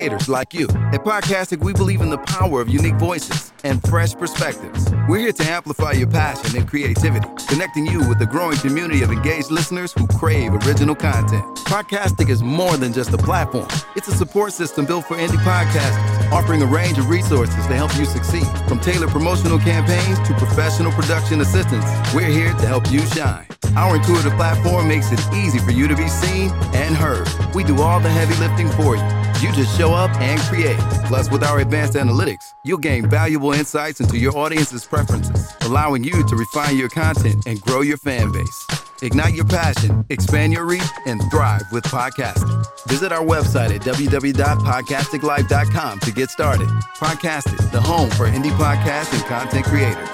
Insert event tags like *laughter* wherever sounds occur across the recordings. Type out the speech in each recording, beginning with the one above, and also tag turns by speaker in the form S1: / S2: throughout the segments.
S1: creators like you. At Podcastic, we believe in the power of unique voices and fresh perspectives. We're here to amplify your passion and creativity, connecting you with a growing community of engaged listeners who crave original content. Podcastic is more than just a platform, it's a support system built for indie podcasters, offering a range of resources to help you succeed. From tailored promotional campaigns to professional production assistance, we're here to help you shine. Our intuitive platform makes it easy for you to be seen and heard. We do all the heavy lifting for you. You just show up and create. Plus, with our advanced analytics, you'll gain valuable insights into your audience's preferences, allowing you to refine your content and grow your fan base. Ignite your passion, expand your reach, and thrive with podcasting. Visit our website at www.podcasticlife.com to get started. Podcastic, the home for indie podcasts and content creators.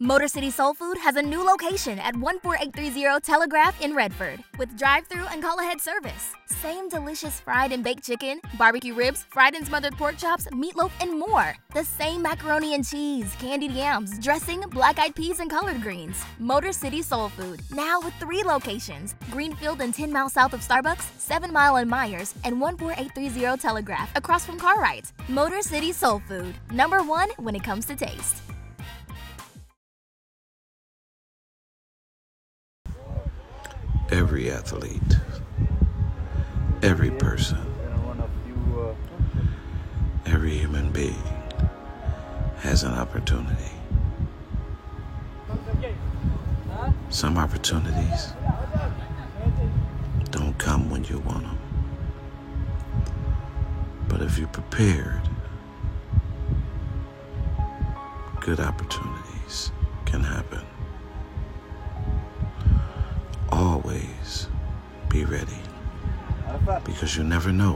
S2: Motor City Soul Food has a new location at 14830 Telegraph in Redford with drive-through and call-ahead service. Same delicious fried and baked chicken, barbecue ribs, fried and smothered pork chops, meatloaf, and more. The same macaroni and cheese, candied yams, dressing, black-eyed peas, and collard greens. Motor City Soul Food, now with three locations, Greenfield and 10 miles south of Starbucks, 7 Mile and Myers, and 14830 Telegraph across from Cartwright. Motor City Soul Food, number one when it comes to taste.
S3: every athlete, every person, every human being has an opportunity. Some opportunities don't come when you want them. But if you're prepared, good opportunities can happen always be ready because you never know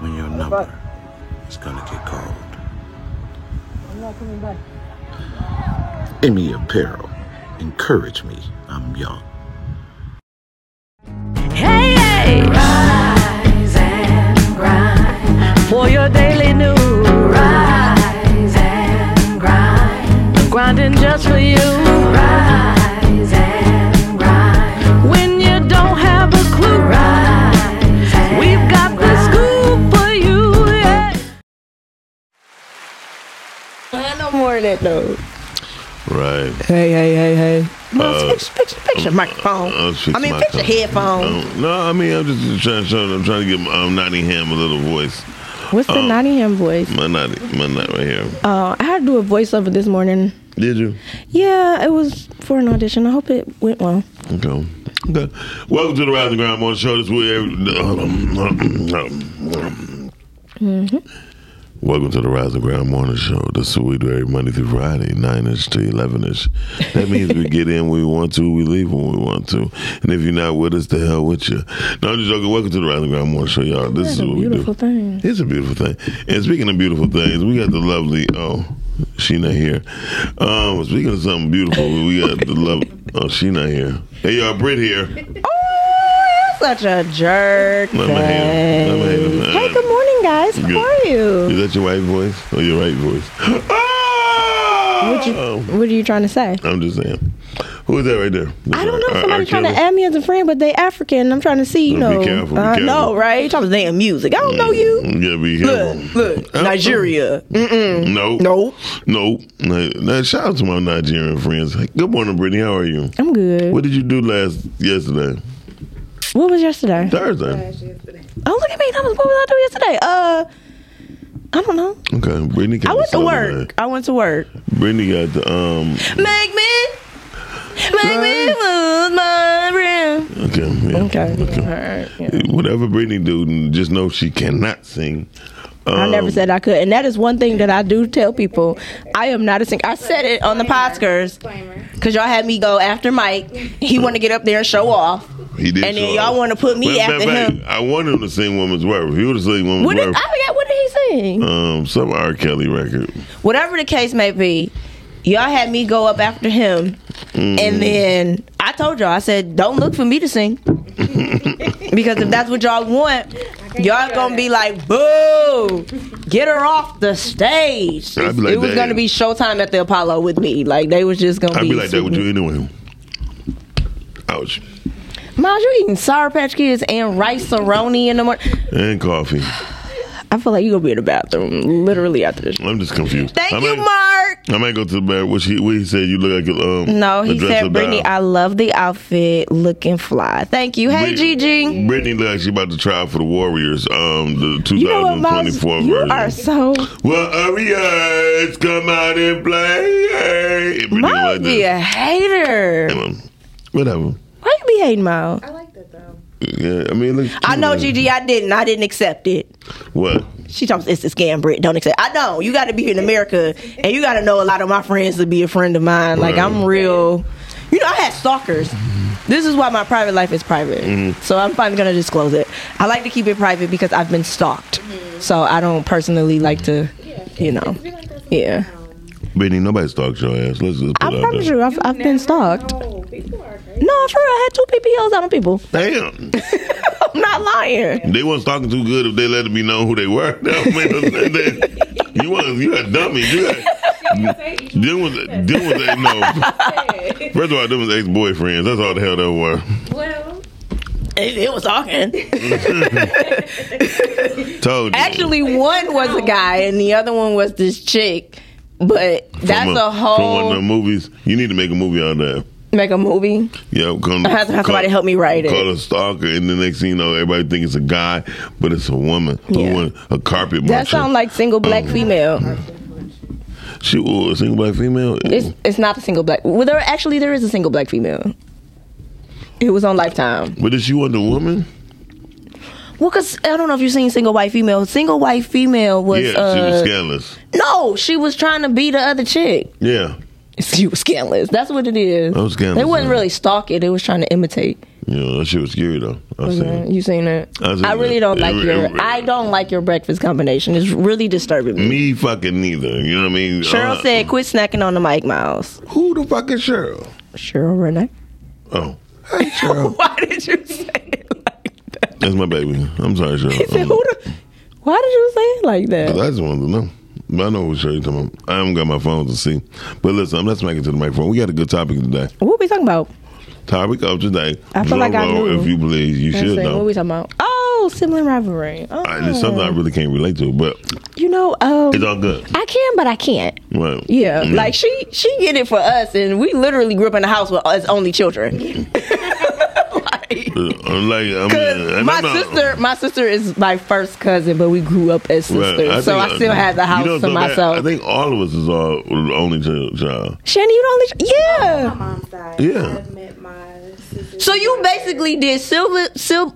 S3: when your number is going to get called. Emmy Apparel, encourage me. I'm young.
S4: Hey, hey! Rise and grind for your daily news. Rise and grind, grinding just for you. Rise and grind when you don't have a clue. Rise, we've got the scoop for you. Yeah.
S5: No more of that though.
S6: Right.
S5: Hey, hey, hey, hey.
S6: Uh, um,
S5: No, fix, fix, fix your microphone.
S6: I'll fix
S5: I mean,
S6: my
S5: fix your
S6: phone.
S5: headphone.
S6: Um, no, I mean I'm just trying. trying I'm trying to give um, Nottingham a little voice.
S7: What's the
S6: Um,
S7: Nottingham voice?
S6: My Notty, my Notty right here.
S7: Uh, I had to do a voiceover this morning.
S6: Did you?
S7: Yeah, it was for an audition. I hope it went well.
S6: Okay. Okay. Welcome to the Rise and Ground Morning Show. This um, week, um,
S7: Mm.
S6: welcome to the Rise and Ground Morning Show. This is what we do every Monday through Friday, nine ish to eleven ish. That means we get in when we want to, we leave when we want to, and if you're not with us, the hell with you. No, I'm just joking. Welcome to the Rise and Ground Morning Show, y'all. This is
S7: a
S6: what we do.
S7: beautiful thing.
S6: It's a beautiful thing. And speaking of beautiful things, we got the lovely oh she not here. Um, speaking of something beautiful, we got the love oh she not here. Hey y'all, Brit here.
S7: You're such a jerk.
S6: I'm a hater. I'm a hater.
S7: babe. Hey, good morning, guys. How
S6: Good.
S7: are
S6: Is
S7: you?
S6: that your white voice or your right voice? Oh!
S7: What you? What are you trying to say?
S6: I'm just saying. Who is that right there?
S7: I don't know.
S6: R-
S7: Somebody
S6: R.
S7: trying to
S6: Kelly?
S7: add me as a friend, but they African. and I'm trying to see. You
S6: Well, be
S7: know,
S6: careful, be
S7: I
S6: careful. Mm.
S7: know, right? You talking about damn music? I don't know you.
S6: Yeah, be careful.
S7: Look, look, Nigeria. Mm-mm.
S6: No.
S7: No,
S6: No. No. Now, shout out to my Nigerian friends. Good morning, Brittany. How are you?
S7: I'm good.
S6: What did you do last yesterday?
S7: What was yesterday?
S6: Thursday.
S7: Oh, look at me. That was, what was I doing yesterday? Uh, I don't know.
S6: Okay, Brittany. Got
S7: I went
S6: the
S7: to
S6: Southern
S7: work. I went to work.
S6: vibe. Brittany got the um.
S7: Make me, make me lose my breath.
S6: Okay. yeah,
S7: Okay. All right. Oh, yeah.
S6: Whatever Brittany do, just know she cannot sing.
S7: I never
S6: Um,
S7: said I could, and that is one thing that I do tell people. I am not a singer. I said it on the Poskers because y'all had me go after Mike. He wanted to get up there and show off.
S6: He did.
S7: And then
S6: show
S7: y'all
S6: up.
S7: wanna put me
S6: Well, matter
S7: after
S6: of
S7: him.
S6: fact, I wanted him to sing "Woman's Worth." If he would have sung "Woman's
S7: What did, I
S6: Worth,"
S7: forgot what did he sing?
S6: um, some R. Kelly record.
S7: Whatever the case may be, y'all had me go up after him,
S6: Mm.
S7: and then I told y'all I said, "Don't look for me to
S6: *laughs*
S7: sing," because if that's what y'all want, y'all gonna be like, "Boo, get her off the stage."
S6: I'd be like
S7: it was
S6: that.
S7: gonna be showtime at the Apollo with me. Like they was just gonna
S6: I'd
S7: be.
S6: be like that with
S7: sitting-
S6: you anyway. Ouch.
S7: Miles, you eating Sour Patch Kids and rice roni in the morning?
S6: and coffee.
S7: I feel like you gonna be in the bathroom literally after this.
S6: I'm just confused.
S7: Thank
S6: I
S7: you,
S6: might,
S7: Mark.
S6: I might go to the bed. What she? What he said? You look like a, um.
S7: No, he
S6: a dress
S7: said,
S6: up
S7: Brittany,
S6: doll.
S7: I love the outfit, looking fly. Thank you. Hey,
S6: Brit-
S7: Gigi.
S6: Brittany look like she about to try out for the Warriors. Um, the
S7: You know what, Miles?
S6: 2024
S7: You
S6: version.
S7: are so.
S6: Warriors, come out and play. Hey, Brittany
S7: Miles
S6: like
S7: be
S6: that.
S7: a hater.
S6: Anyway, Whatever.
S7: Why you be hating Miles?
S6: Yeah, I mean, look.
S7: I know,
S6: cute.
S7: Gigi. I didn't. I didn't accept it.
S6: What?
S7: She talks. It's a scam, Brit. Don't accept. I don't. You got to be in America, and you got to know a lot of my friends to be a friend of mine. Like I'm real. You know, I had stalkers. This is why my private life is private. So I'm finally gonna disclose it. I like to keep it private because I've been stalked. So I don't personally like to, you know. Yeah,
S6: Brittany, nobody stalked your ass. Let's just put
S7: I
S6: it out there.
S7: promise you, I've, I've been stalked. No, for real, I had two PPLs out on people.
S6: Damn.
S7: *laughs* I'm not lying.
S6: They wasn't talking too good if they let me know who they were. *laughs* That don't make no sense. They- you was you a dummy. You had, them was them was a- no. First of all, them was ex boyfriends. That's all the hell they were.
S7: It, it was
S6: *laughs*
S7: talking.
S6: Told you.
S7: Actually, one was a guy and the other one was this chick. But that's
S6: from
S7: a,
S6: from one
S7: whole
S6: of the movies. You need to make a movie out of that.
S7: make a movie.
S6: Yeah, come,
S7: I have to have somebody help me write it.
S6: Call a stalker, and the next thing you know, everybody think it's a guy, but it's a woman.
S7: Yeah.
S6: Who went a Um, carpet
S7: That
S6: muncher.
S7: sounds like single black female.
S6: she was a single black female.
S7: It's it's not a single black. Well, there actually there is a single black female. It was on Lifetime.
S6: but is she Wonder Woman?
S7: Well, cause I don't know if you've seen Single White Female. Single White Female was
S6: yeah, she was
S7: uh,
S6: scandalous.
S7: no, she was trying to be the other chick. *laughs*
S6: Yeah,
S7: She was scandalous. That's what it is.
S6: That was scandalous,
S7: They wasn't
S6: yeah.
S7: really stalking. They was trying to imitate.
S6: you know that shit was scary though. I seen it.
S7: You seen it?
S6: I seen
S7: I really
S6: it.
S7: don't like
S6: It-
S7: your.
S6: it- Uh,
S7: I don't like your breakfast combination. It's really disturbing me.
S6: Me fucking neither. You know what I mean?
S7: Cheryl
S6: Uh,
S7: said, "Quit snacking on the mic, Miles."
S6: "Who the fuck is Cheryl?"
S7: Cheryl Renee. *laughs*
S6: Oh, hey Cheryl,
S7: Why did you say it like that?
S6: *laughs* that's my baby. I'm
S7: *laughs*
S6: sorry, Cheryl.
S7: He said,
S6: Um,
S7: "Who the- Why did you say it like that?
S6: I just wanted to know. But I know what Cheryl you talking about. I haven't got my phone to see. But listen, I'm not smacking to the microphone. We got a good topic today.
S7: What we talking about?
S6: Topic of today.
S7: I feel like I
S6: Drum roll,
S7: knew.
S6: if you please, you
S7: I'm
S6: should
S7: saying,
S6: know.
S7: What we talking about? Oh, sibling rivalry. Oh,
S6: I- It's something I really can't relate to, but
S7: you know, um,
S6: it's all good.
S7: I can, but I can't.
S6: Right.
S7: Yeah, like she she get it for us, and we literally grew up in a house with us only children. Like-
S6: Uh, like
S7: *laughs*
S6: I mean,
S7: Because
S6: and
S7: my
S6: I'm not-
S7: sister, my sister is my first cousin, but we grew up as
S6: Right,
S7: sisters, so
S6: think-
S7: I still had the
S6: you
S7: house
S6: know,
S7: to
S6: so that-
S7: myself.
S6: I think all of us is all only child. child.
S7: Shani, you don't, yeah.
S8: mom's side.
S6: Yeah.
S8: I've met my sister.
S7: So you basically did silver, sil,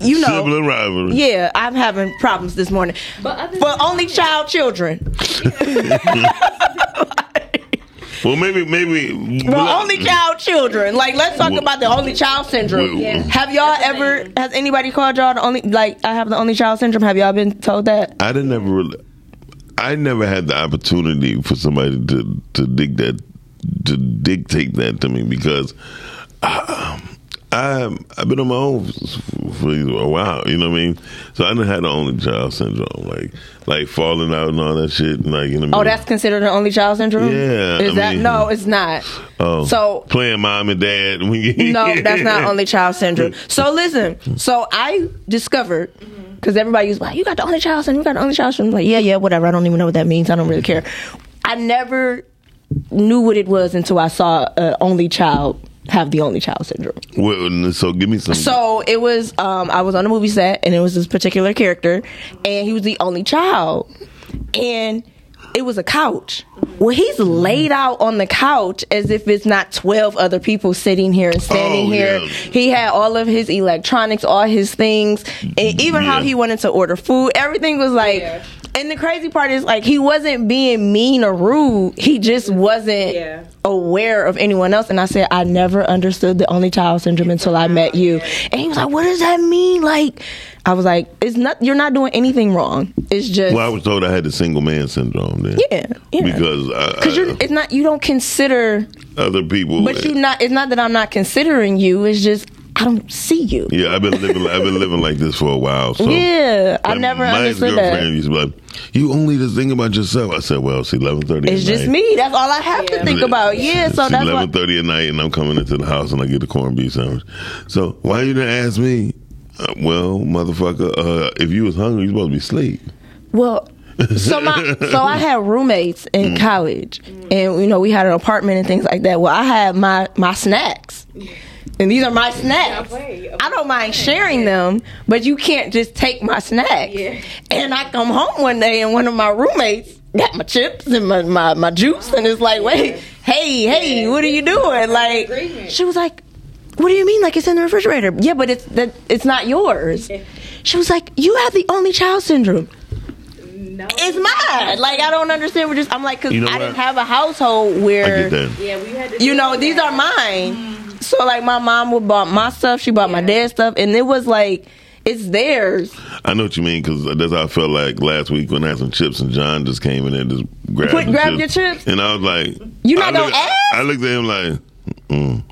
S7: you know,
S6: Sibling rivalry.
S7: yeah. I'm having problems this morning, but for only child children,
S6: *laughs*
S7: *laughs*
S6: Well, maybe, maybe.
S7: for
S6: well, mm.
S7: only child children. Like let's talk
S6: Well-
S7: about the only child syndrome.
S6: Well- Yeah.
S7: Have y'all ever? Has anybody called y'all the only? Like I have the only child syndrome. Have y'all been told that?
S6: I didn't ever. Really, I never had the opportunity for somebody to to dig that to dictate that to me because I, um, I I've been on my own f- for a while. You know what I mean? So I didn't have the only child syndrome, like like falling out and all that shit. and Like you know. What I
S7: Oh,
S6: mean?
S7: that's considered the only child syndrome.
S6: Mm. Yeah,
S7: is
S6: I
S7: that
S6: mean-
S7: no? It's not.
S6: Oh,
S7: so-
S6: playing mom and dad. When you, *laughs*
S7: No, that's not only child syndrome. So listen, so I discovered because everybody was like, "You got the only child syndrome. You got the only child syndrome." I'm like, yeah, yeah, whatever. I don't even know what that means. I don't really care. I never knew what it was until I saw a only child have the only child syndrome.
S6: Well, so give me some.
S7: So it was um I was on a movie set and it was this particular character and he was the only child. And it was a couch. Well, he's laid out on the couch as if it's not 12 other people sitting here and standing
S6: Oh,
S7: here.
S6: yeah.
S7: He had all of his electronics, all his things, and even how
S6: Yeah.
S7: he wanted to order food. Everything was like And the crazy part is like he wasn't being mean or rude. He just wasn't
S8: Yeah.
S7: aware of anyone else. And I said, I never understood the only child syndrome until I met you. And he was like, What does that mean? Like, I was like, It's not, you're not doing anything wrong. It's just,
S6: well, I was told I had the single man syndrome then.
S7: yeah, yeah.
S6: Because I,
S7: Cause you're, it's not you don't consider,
S6: other people.
S7: but you not. It's not that I'm not considering you. It's just I don't see you.
S6: Yeah, I've been living. I've been living like this for a while. Oh, So
S7: yeah, I
S6: And
S7: never
S6: my
S7: understood
S6: girlfriend
S7: that.
S6: used to be like, "You only just think about yourself." I said, "Well, it's eleven thirty.
S7: It's just me. That's all I have to think about. Yeah, so that's why.
S6: eleven thirty at night, and I'm coming into the house and I get the corned beef sandwich. So why you didn't ask me? Uh, well, motherfucker, uh, if you was hungry, you supposed to be asleep.
S7: Well, so my so I had roommates in college, and you know we had an apartment and things like that. Well, I had my my snacks, and these are my snacks. I don't mind sharing them, but you can't just take my snacks. And I come home one day, and one of my roommates got my chips and my my, my juice, and it's like, wait, hey, hey, what are you doing? Like, she was like. What do you mean? Like it's in the refrigerator? Yeah, but it's that it's not yours. She was like, "You have the only child syndrome." it's mine. Like I don't understand. We're just I'm like because
S6: You know
S7: I
S6: what?
S7: didn't have a household
S6: I get
S7: where
S6: that.
S7: you know these are mine. So like my mom would bought my stuff. She bought my dad's stuff, and it was like it's theirs.
S6: I know what you mean because that's how I felt like last week when I had some chips and John just came in and just grabbed,
S7: Quit
S6: the
S7: grabbing your chips?
S6: and I was like,
S7: You not
S6: I
S7: gonna
S6: look-
S7: ask?
S6: I looked at him like, mm.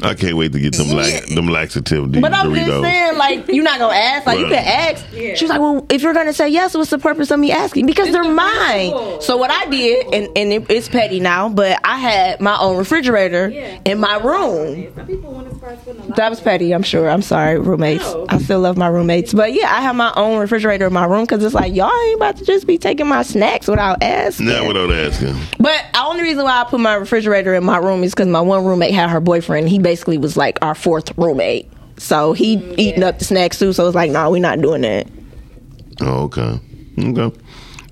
S6: I can't wait to get them like them laxative d-
S7: But I'm
S6: Doritos.
S7: just saying, like you're not gonna ask. Like you
S6: Right.
S7: can ask. She was like, well, if you're gonna say yes, what's the purpose of me asking? Because they're mine. So what I did, and and it, it's petty now, but I had my own refrigerator in my room.
S8: Some people want to start putting a lot
S7: That was petty, I'm sure. I'm sorry, roommates. I still love my roommates. But yeah, I have my own refrigerator in my room because it's like, y'all ain't about to just be taking my snacks without asking.
S6: Not without asking.
S7: But the only reason why I put my refrigerator in my room is because my one roommate had her boyfriend. He basically was like our fourth roommate. So he
S6: Mm,
S7: eating up the snacks too. So it's like, nah, we're not doing that.
S6: Oh, okay, okay.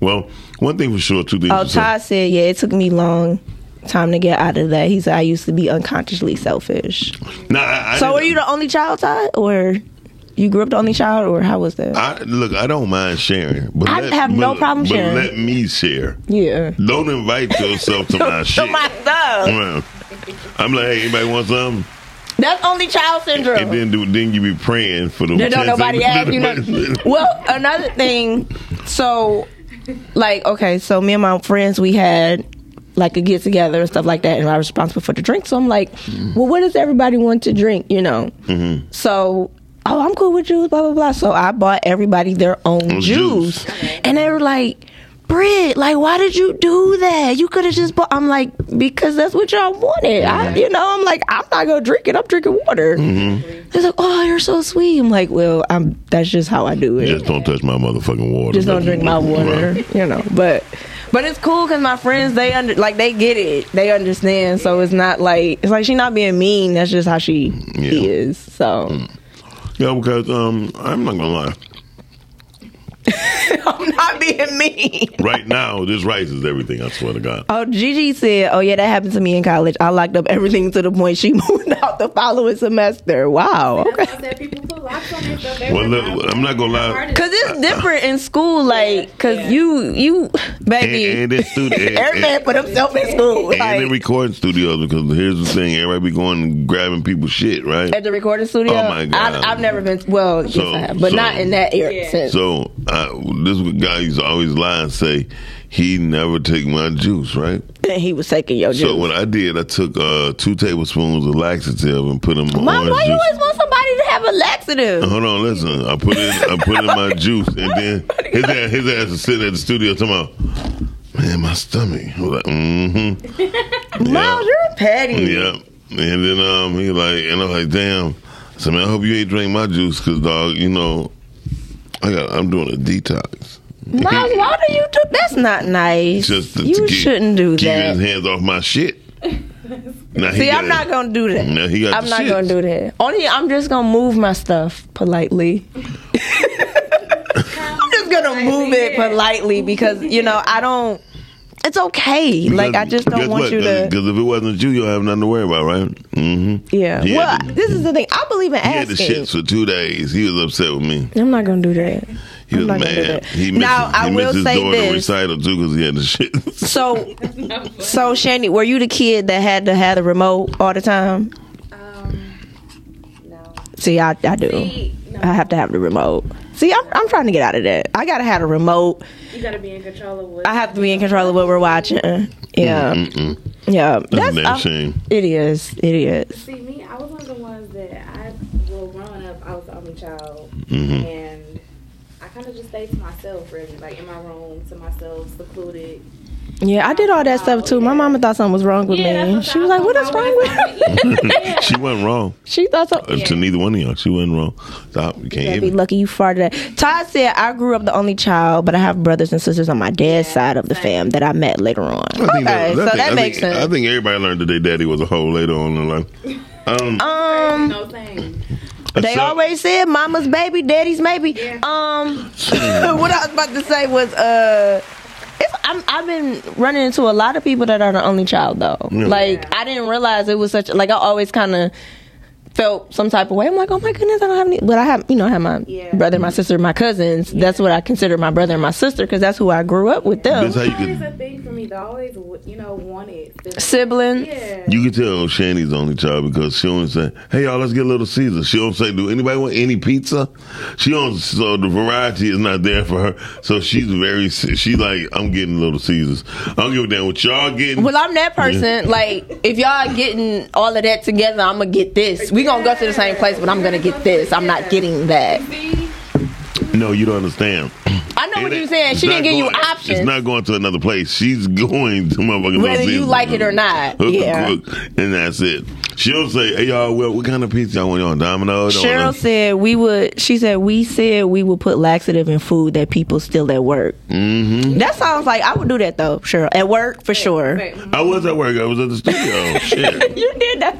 S6: Well, one thing for sure, two things.
S7: Oh,
S6: for sure.
S7: Todd said, yeah, it took me long time to get out of that. He said, I used to be unconsciously selfish.
S6: Nah, I, I
S7: So were
S6: didn't-
S7: you the only child, Todd? Or you grew up the only child? Or how was that?
S6: I, look, I don't mind sharing, but
S7: I
S6: let-
S7: have no
S6: but-
S7: problem
S6: but
S7: sharing.
S6: let me share.
S7: yeah.
S6: Don't invite yourself to
S7: *laughs*
S6: my
S7: to
S6: shit.
S7: my thug.
S6: Well, I'm like, hey, anybody want something?
S7: That's only child
S6: *laughs* And
S7: syndrome.
S6: then do then you be praying for them.
S7: Then don't
S6: 10
S7: nobody ask you
S6: seconds.
S7: nothing.
S6: *laughs*
S7: Well, another thing, so like okay, so me and my friends we had like a get together and stuff like that, and I was responsible for the drink. So I'm like, well, what does everybody want to drink? You know. So. Oh, I'm cool with juice, blah blah blah. So I bought everybody their own
S6: Oh,
S7: juice,
S6: juice.
S7: and they were like, "Britt, like, why did you do that? You could have just bought." I'm like, "Because that's what y'all wanted." I, you know, I'm like, "I'm not gonna drink it. I'm drinking water."
S6: Mm-hmm.
S7: They're like, "Oh, you're so sweet." I'm like, "Well, I'm. That's just how I do it."
S6: Just don't touch my motherfucking water.
S7: just don't drink my water,
S6: Right.
S7: you know. But but it's cool because my friends they under like they get it, they understand. So it's not like it's like she not being mean. That's just how she
S6: Yeah.
S7: is. So
S6: Yeah, because um, I'm not gonna lie.
S7: *laughs* I'm not being mean.
S6: Right now, this rice is everything. I swear to God.
S7: Oh, Gigi said, "Oh yeah, that happened to me in college. I locked up everything to the point she *laughs* moved out the following semester. Wow, Oh, okay."
S8: of that people put locks on their stuff. They
S6: Well,
S8: were
S6: look,
S8: not-
S6: I'm not gonna lie.
S8: Hard
S7: Cause it's different in school, like, cause you, you, baby,
S6: And- and it's
S7: *laughs*
S6: student- and-
S7: every man
S6: and-
S7: put himself in school,
S6: and in
S7: like,
S6: recording studios, because here's the thing: everybody be going and grabbing people's shit, right?
S7: at the recording studio.
S6: Oh, my God.
S7: I, I've never been. Well, yes,
S6: So-
S7: I have, but
S6: so-
S7: not in that era sense.
S6: So I, this guy used to always lie and say he never take my juice, right?
S7: And he was taking your juice.
S6: So what I did, I took uh, two tablespoons of laxative and put in my
S7: Mom,
S6: orange
S7: why you
S6: juice. Uh,
S7: always want somebody to have a laxative?
S6: Hold on, listen. I put in I put
S7: *laughs*
S6: in my juice, and then his ass, his ass is sitting at the studio talking about, man, my stomach. I was like,
S7: *laughs*
S6: mm-hmm.
S7: Mom, you're petty.
S6: Yep. And then um, he like, and I'm like, damn. I said, man, I hope you ain't drink my juice, cause dog, you know, I got, I'm doing a detox.
S7: Mom, why do you do? That's not nice.
S6: Just to,
S7: you
S6: to keep-
S7: shouldn't do
S6: keep his
S7: that.
S6: hands off
S7: *laughs*
S6: my shit. Now, he
S7: See,
S6: got-
S7: I'm not gonna do that.
S6: Now he got
S7: I'm
S6: the
S7: not
S6: shits.
S7: gonna do that. Only I'm just gonna move my stuff politely. I'm just gonna move it politely because you know I don't. It's okay. like I just don't want you to.
S6: Because Uh, if it wasn't you, you'll have nothing to worry about, right? Mm-hmm.
S7: Yeah.
S6: He
S7: Well,
S6: had to-
S7: this is the thing. I believe in
S6: He had the
S7: asking.
S6: shits for two days. He was upset with me.
S7: I'm not gonna do that.
S6: He
S7: I'm
S6: was
S7: not gonna do
S6: mad.
S7: that.
S6: He missed,
S7: Now,
S6: his,
S7: I
S6: he
S7: will
S6: missed his
S7: say
S6: daughter
S7: this.
S6: recital too because he had the shits.
S7: So, so Shandy, were you the kid that had to have the remote all the time?
S8: Um, no.
S7: See, I, I do.
S8: See, no.
S7: I have to have the remote. See, I'm, I'm trying to get out of that. I gotta have a remote.
S8: You gotta be in control of what.
S7: I have to be in control of what we're watching. Yeah,
S6: Mm-mm.
S7: yeah.
S6: That's a damn
S7: uh,
S6: shame.
S7: It is. It is.
S8: See me, I was one of the ones that I child,
S6: Mhm.
S8: and I kind of just stayed to myself, really, like in my room, to myself, secluded.
S5: Yeah, I did all that stuff too. My mama thought something was wrong with
S8: Yeah, that's
S5: me.
S8: what
S5: She was
S8: I
S5: like,
S8: thought
S5: "What is
S8: about
S5: wrong with?" her?"
S7: *laughs*
S6: *laughs* she wasn't wrong
S5: She thought something.
S6: uh, to neither one of y'all. She wasn't wrong. Stop. You can't
S7: Gotta
S6: hit
S7: be
S6: me.
S7: lucky you farted. At. Todd said, "I grew up the only child, but I have brothers and sisters on my dad's side of the fam that I met later on."
S6: I
S7: Okay,
S6: think that- I
S7: so
S6: think- uh,
S7: that
S6: I
S7: makes
S6: think- I
S7: sense.
S6: think everybody learned that their daddy was a hoe later on in life. Um,
S7: Um,
S8: No thing.
S7: they
S6: so-
S7: always said, "Mama's baby, daddy's maybe."
S6: *laughs*
S7: Um, *laughs* what I was about to say was, uh. It's, I'm, I've been running into a lot of people that are the only child though.
S6: Yeah.
S7: Like I didn't realize it was such. Like I always kind of felt some type of way. I'm like, oh my goodness, I don't have any. But I have, you know, I have my
S8: Yeah.
S7: brother, my sister, my cousins. That's what I consider my brother and my sister because that's who I grew up with them.
S6: That's how you
S8: It's
S6: could
S8: a thing for me to always, w- you know, want it.
S7: siblings.
S8: Yeah.
S6: you could tell Shanny's the only child because she only say, "Hey y'all, let's get a little Caesar." She don't say, "Do anybody want any pizza?" She don't. So the variety is not there for her. So she's very. She like, I'm getting little Caesars. I don't give a damn what y'all getting.
S7: Well, I'm that person. Like, if y'all getting all of that together, I'm gonna get this. We gonna go to the same place, but I'm gonna get this. I'm not getting that.
S8: See?
S6: no, you don't understand.
S7: I know what
S6: It
S7: you're
S6: ain't-
S7: saying.
S6: it's
S7: She
S6: not
S7: didn't give you
S6: going- It's
S7: options.
S6: not going to another place. She's *laughs* going to motherfucking
S7: Whether
S6: Los
S7: you
S6: Angeles.
S7: like it or not,
S6: Hook,
S7: yeah.
S6: crook, and that's it. She'll say, "Hey y'all, well, what kind of pizza y'all want? Y'all want Domino's?" Y'all
S7: Cheryl
S6: want a-"
S7: said we would. She said we said we would put laxative in food that people still at work. Mm-hmm. That sounds like I would do that though, Cheryl. At work for sure.
S8: But
S6: "I was at work. I was at
S7: *laughs*
S6: the studio. Shit."
S7: You did that.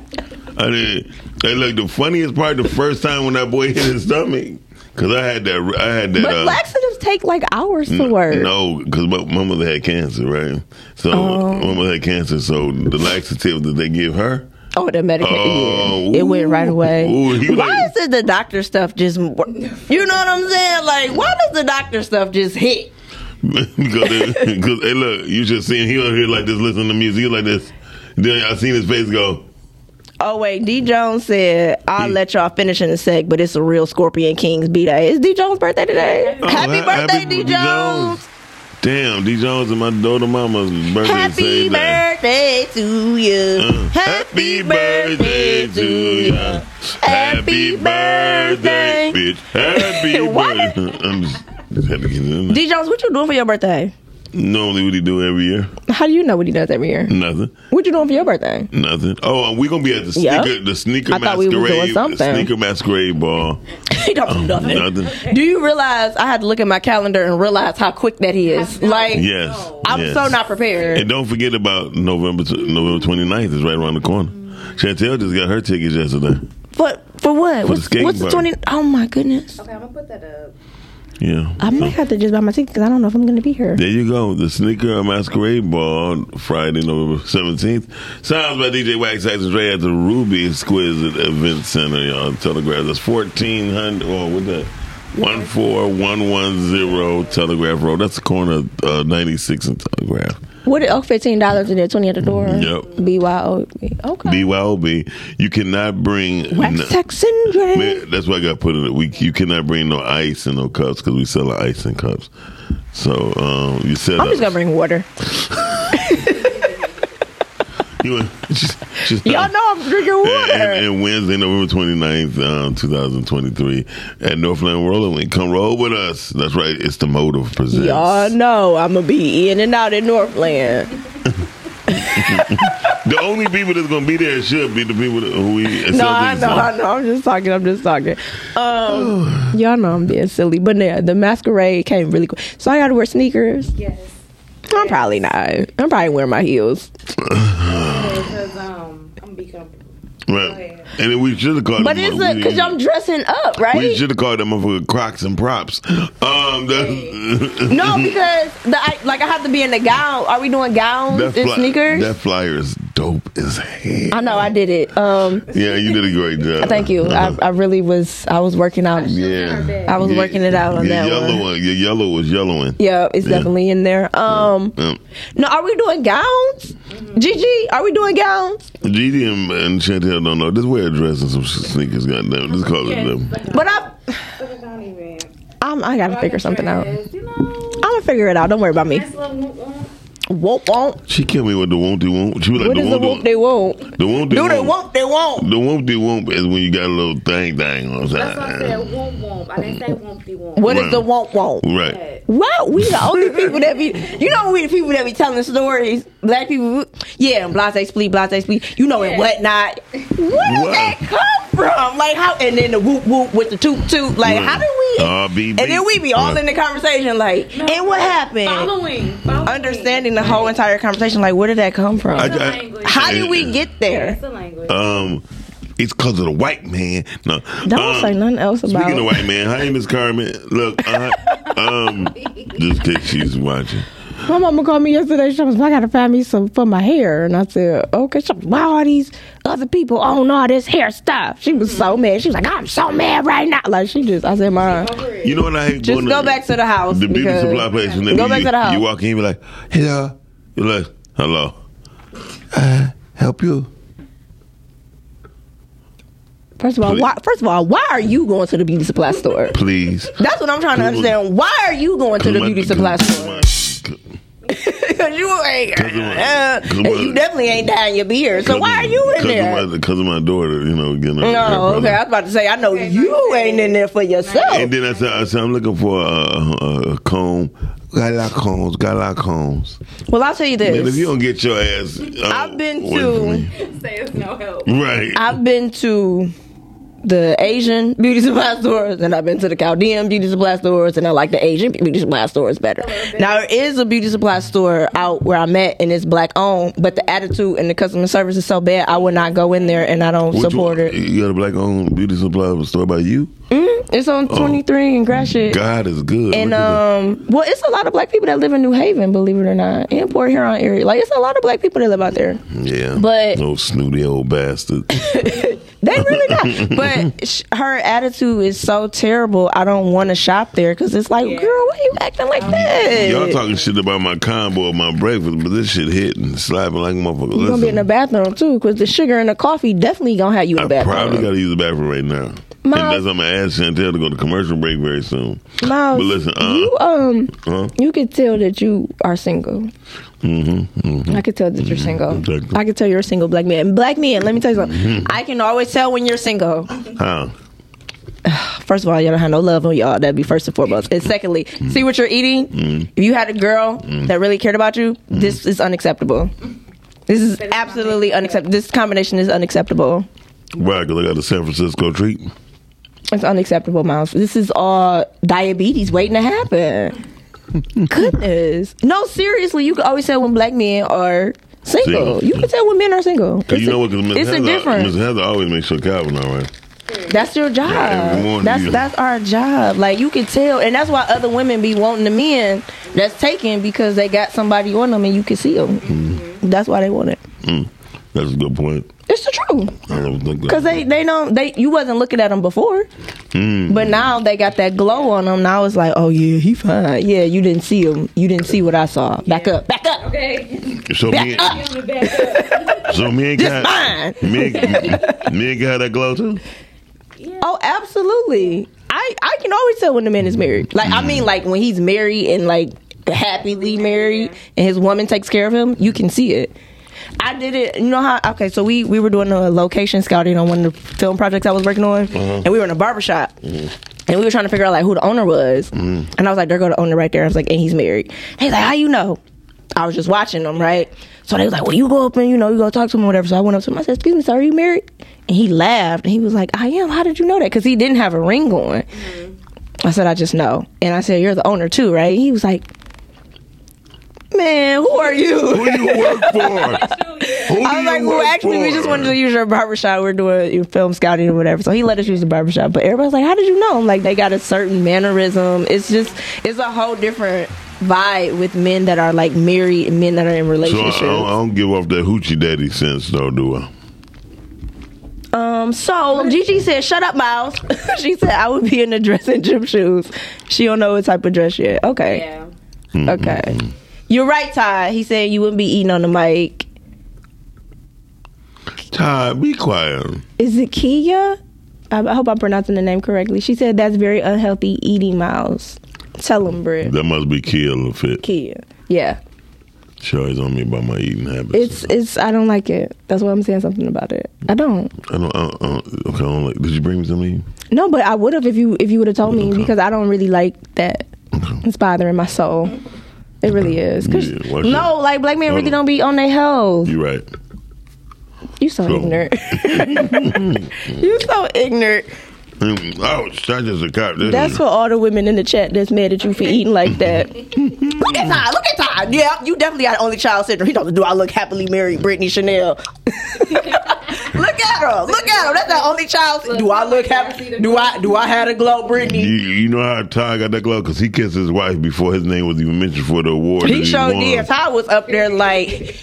S6: I did. Hey, look, the funniest part the first time when that boy hit his stomach, because I had that. I had that.
S7: But
S6: uh,
S7: laxatives take like hours to
S6: n-
S7: work.
S6: No, because my, my mother had cancer, right? So
S7: Oh.
S6: my mother had cancer, so the laxative that they give her. *laughs*
S7: Oh, the medication.
S6: Oh,
S7: it went right
S6: ooh,
S7: away.
S6: ooh, he was
S7: why
S6: like-
S7: is it the doctor stuff just? wor- You know what I'm saying? Like, why does the doctor stuff just hit?
S6: because they- 'cause, hey, look, you just seen he on here like this, listening to music he like this. Then I seen his face go.
S7: Oh wait, D Jones said I'll
S6: Hmm.
S7: let y'all finish in a sec, but it's a real Scorpion King's B day. It's D Jones' birthday today.
S6: oh,
S7: happy
S6: ha-
S7: birthday,
S6: happy
S7: D Jones!
S6: Damn, D Jones and my daughter mama's birthday.
S7: Happy
S6: same day.
S7: birthday to you.
S6: Uh, Happy birthday to you. Happy birthday, bitch.
S7: *laughs*
S6: Happy
S7: What?
S6: birthday. I'm just, just had to get it in there.
S7: D Jones, what you doing for your birthday?
S6: Normally, what he do every year?
S7: How do you know what he does every year?
S6: Nothing.
S7: What you doing for your birthday?
S6: Nothing. Oh, we're gonna be at the sneaker,
S7: Yeah.
S6: the sneaker
S7: I thought we
S6: masquerade,
S7: was doing something.
S6: sneaker masquerade ball.
S7: *laughs* he
S6: Um,
S7: don't do nothing.
S6: Nothing.
S7: Do you realize I had to look at my calendar and realize how quick that is? Like,
S6: Yes.
S7: I'm
S6: yes.
S7: so not prepared.
S6: And don't forget about November t- November 29th is right around the corner. Chantel just got her tickets yesterday.
S7: But for what?
S6: the
S7: what's
S6: skating
S7: what's the
S6: park.
S7: 20? Oh my goodness.
S8: Okay, I'm gonna put that up.
S6: Yeah.
S7: I might have to just buy my ticket because I don't know if I'm going to be here.
S6: There you go. The sneaker masquerade ball Friday, November seventeenth. Sounds by DJ Wax Sax and Dre at the Ruby Exquisite Event Center, y'all. Telegraph. That's fourteen hundred or what that? One four one one zero Telegraph Road. That's the corner of uh, ninety six and Telegraph.
S7: What? Oh, fifteen dollars and then twenty at the door.
S6: Yep.
S7: BYOB. Okay.
S6: BYOB. You cannot bring
S7: Wax
S6: no-
S7: Tex and Dre.
S6: Man, that's why I got put in it. We you cannot bring no ice and no cups because we sell ice and cups. So um, you said
S7: I'm just gonna bring
S6: *laughs*
S7: water. *laughs*
S6: you just, just
S7: Y'all know I'm drinking
S6: And, and-
S7: water.
S6: and Wednesday, November 29th, um, 2023, at Northland Roller Link. Come roll with us. That's right. It's the Motive Presents.
S7: Y'all know I'm gonna be in and out in Northland.
S6: *laughs* The only people that's going to be there should be the people that, who we sell
S7: No, I
S6: tickets
S7: know,
S6: to.
S7: I know. I'm just talking. I'm just talking.
S6: *sighs*
S7: Um, y'all know I'm being silly, but yeah, the masquerade came really quick. So I got to wear sneakers.
S8: Yes.
S7: I'm probably not. I'm probably wearing my heels.
S8: Because um, I'm gonna be comfortable.
S6: Right. And then we should have called
S7: But
S6: them-
S7: it's because
S6: we-
S7: I'm dressing up,
S6: We
S7: right?
S6: should have called them motherfucker Crocs and Props. Um, that,
S7: No, because the I, like I have to be in the gown. Are we doing gowns
S6: *laughs* that,
S7: and
S6: fly-
S7: sneakers?
S6: that flyer is dope as hell.
S7: I know I did it. Um,
S6: Yeah, you did a great job.
S7: thank you. I, I really was. I was working out.
S6: yeah.
S7: I was
S6: Yeah,
S7: working it out on
S6: your
S7: that
S6: yellow
S7: one.
S6: Your yellow was yellowing.
S7: Yeah, it's
S6: Yeah.
S7: definitely in there. Um,
S6: Um,
S7: no, are we doing gowns?
S8: Mm-hmm.
S7: Gigi, are we doing gowns?
S6: Gigi and, and Chantel don't know. Just wear a dress and some sneakers, goddamn. Just call it them.
S7: But I,
S8: But I don't even.
S7: I'm, I gotta figure something out.
S8: You know.
S7: I'm gonna figure it out. Don't worry about me.
S8: That's a little,
S7: Won't won't.
S6: She killed me with the wonty won't. She was like
S5: What
S6: the
S5: is the whoop
S6: won't.
S5: they won't?
S6: The won't.
S7: Do they won't? They won't.
S6: The whoopty whoop is when you got a little thing thing on the
S8: That's why I said
S6: side.
S8: womp womp. I didn't say wumpty womp.
S7: What is
S6: Right.
S7: the won't won't?
S6: Right.
S7: Well, we the
S8: *laughs*
S7: only people that be, you know, we the people that be telling stories. Black people, yeah, and blase split, blase split, you know, and
S8: Yeah.
S7: whatnot. Where
S6: Wow.
S7: did that come from? Like how? And then the whoop whoop with the toot toot. Like
S6: Right.
S7: how did we?
S6: Uh-huh. RBB.
S7: And then we be all
S6: Right.
S7: in the conversation, like, and what happened?
S8: Following. following.
S7: Understanding the whole entire conversation, like where did that come from?
S6: I-
S8: It's a
S6: I-
S8: language.
S7: how did we get there?
S8: It's a language.
S6: Um, it's because of the white man. No.
S5: Don't
S6: um,
S5: say nothing else about
S6: Speaking
S5: it.
S6: of white man, hi Miss Carmen. Look, uh, um, just in case she's watching.
S5: My mama called me yesterday. She was like, I gotta find me some for my hair. And I said, okay. She was, why all these other people own all this hair stuff? She was so mad. She was like, I'm so mad right now. Like, she just, I said, my.
S6: You know what I hate?
S7: Just
S6: going
S7: go back to the house.
S6: the beauty
S7: because-
S6: supply place. And
S7: Go
S6: you,
S7: back to the house.
S6: You walk in, you be like, hello. You're like, hello. Uh, help you.
S5: First of all, why, first of all, why are you going to the beauty supply store?
S6: Please.
S7: That's what I'm trying to
S6: Google-
S7: understand. Why are you going to the beauty supply store?
S5: *laughs*
S6: store.
S7: Because you ain't,
S6: Come on.
S7: uh,
S6: Come
S7: and
S6: on.
S7: you definitely ain't dyeing your beard. So why are you in there?
S6: Because of my daughter, you know. Getting her- her
S7: No, okay.
S6: brother.
S7: I was about to say, I know you ain't in there for yourself.
S6: And then I said, I said, I'm looking for a, a, a comb. Got a lot of combs. Got a lot of combs.
S7: Well, I'll tell you
S6: And if you
S7: this.
S6: don't get your ass, uh,
S7: I've been
S6: away
S7: to-
S6: from me.
S8: *laughs* Say it's no help.
S6: right.
S7: I've been to the Asian beauty supply stores, and I've been to the Chaldean beauty supply stores, and I like the Asian beauty supply stores better. Now there is a beauty supply store out where I'm at, and it's black owned, but the attitude and the customer service is so bad, I would not go in there, and I don't
S6: Which
S7: support
S6: one-
S7: it. Mm-hmm.
S6: You got a black owned beauty supply store by you?
S7: It's on 23 and Gratiot.
S6: Oh, God is good.
S7: And
S6: Look at
S7: um, well, it's a lot of black people that live in New Haven, believe it or not, and Port Huron area. Like it's a lot of black people that live out there.
S6: that. yeah,
S7: but-
S6: no snooty old bastard.
S7: *laughs* They
S5: *laughs*
S7: really not. but sh- her attitude is so terrible. I don't want to shop there because it's like, girl, why you acting like that?
S6: *laughs* Y'all talking shit about my combo of my breakfast, but this shit hitting, slapping like a motherfucker.
S5: You're gonna be in the bathroom too, because the sugar in the coffee definitely gonna have you in
S6: I
S5: the bathroom.
S6: probably got to use the bathroom right now.
S5: Mom.
S6: and that's I'm gonna ask Chantel to go to commercial break very soon.
S5: Miles,
S6: But listen, uh,
S5: you um,
S6: huh?
S5: you could tell that you are single.
S6: Mm-hmm, mm-hmm.
S5: I could tell that you're single.
S6: Exactly. Mm-hmm.
S5: I could tell you're a single black man. Black man, let me tell you something.
S7: I can always tell when you're single.
S6: How?
S7: First of all, y'all don't have no love on y'all. That'd be first and foremost. And secondly, see what you're eating.
S6: Mm.
S7: If you had a girl that really cared about you, this is unacceptable. This is absolutely unacceptable. This combination is unacceptable.
S6: Why? Because I got a San Francisco treat.
S7: It's unacceptable, Miles. This is all diabetes waiting to
S6: *laughs*
S7: happen. Goodness. No, seriously, you can always tell when black men are single.
S6: Single.
S7: You can tell when men are single.
S6: Cause you know what? Because Miss
S7: it's
S6: Heather, Miss
S7: indifferent.
S6: Heather always makes sure Calvin all right.
S7: That's your job.
S6: Yeah, every morning
S7: that's
S6: you-
S7: that's our job. Like you can tell, and that's why other women be wanting the men that's taken because they got somebody on them and you can see them.
S6: Mm-hmm.
S7: That's why they want it.
S6: Mm, that's a good point.
S7: It's the truth.
S6: I don't think that-
S7: Cause they they don't they you wasn't looking at them before,
S6: Mm. Mm-hmm.
S7: but now they got that glow on them. Now it's like, oh yeah, he fine. Yeah, you didn't see him. You didn't see what I saw. Back up, back up.
S8: Okay.
S6: so
S8: Give me
S6: me,
S8: back up.
S6: so
S7: *laughs*
S6: me and
S7: This
S6: Cal-
S7: mine. *laughs*
S6: me, and- me and Cal that glow too.
S7: Oh, absolutely. I I can always tell when the man is married. Like I mean, like when he's married and like happily married, and his woman takes care of him, you can see it. I did it. You know how? Okay, so we we were doing a location scouting on one of the film projects I was working on, and we were in a barber shop. And we were trying to figure out like who the owner was, and I was like, "There go the owner right there." I was like, "And he's married." And he's like, "How you know?" I was just watching them, right? So they was like, "Well, you go up and you know you go talk to him, or whatever." So I went up to him. I said, "Excuse me, sir, are you married?" And he laughed and he was like, "I am." How did you know that? Because he didn't have a ring on. I said, "I just know." And I said, "You're the owner too, right?" He was like, "Man, who are you?"
S6: Who you work for? Who
S7: I was
S6: do
S7: like,
S6: you
S7: well,
S6: work
S7: actually, we
S6: for?
S7: just wanted to use your barbershop. We're doing your film scouting or whatever. So he let us use the barbershop. But everybody's like, how did you know? I'm like, they got a certain mannerism. It's just, it's a whole different vibe with men that are like married and men that are in
S6: So I, I
S7: relationships.
S6: don't, I don't give off that hoochie daddy sense though, do I? uh,
S7: um, so Gigi said, shut up, Miles. *laughs* she said, I would be in a dress and gym shoes. She don't know what type of dress yet. Okay.
S8: Yeah.
S6: Mm-hmm.
S7: Okay. You're right, Ty. He said you wouldn't be eating on the mic.
S6: Ty, be quiet.
S5: Is it Kia? I, I hope I'm pronouncing the name correctly. She said that's very unhealthy eating, Miles. Tell him, Britt.
S6: That must be Kia Fit.
S5: Kia. Yeah.
S6: She always on me about my eating habits.
S5: It's it's I don't like it. That's why I'm saying something about it. I don't.
S6: I don't. I don't, I don't okay, I don't like. Did you bring me something?
S5: No, but I would have if you if you would have told me
S6: Okay.
S5: because I don't really like that. It's bothering my soul. It really is. 'Cause-
S6: Yeah, watch
S7: No, like black men
S6: Hold
S7: really
S6: on.
S7: don't be on their health.
S6: it. you right.
S5: you so
S6: So-
S5: ignorant. *laughs* you so ignorant.
S6: Mm, Ouch! I just a cop. This
S5: That's
S6: is-
S5: for all the women in the chat that's mad at you for eating like that.
S7: Look at Ty. Look at Ty. Yeah, you definitely got only child syndrome. He don't do I look happily married, Brittany Chanel. *laughs* look at her. Look at her. That's the only child. do I look happy? Do I do I have a glow,
S6: You,
S7: Brittany?
S6: you know how Ty got that glove because he kissed his wife before his name was even mentioned for the award. that
S7: He showed
S6: won.
S7: did. Ty was up there like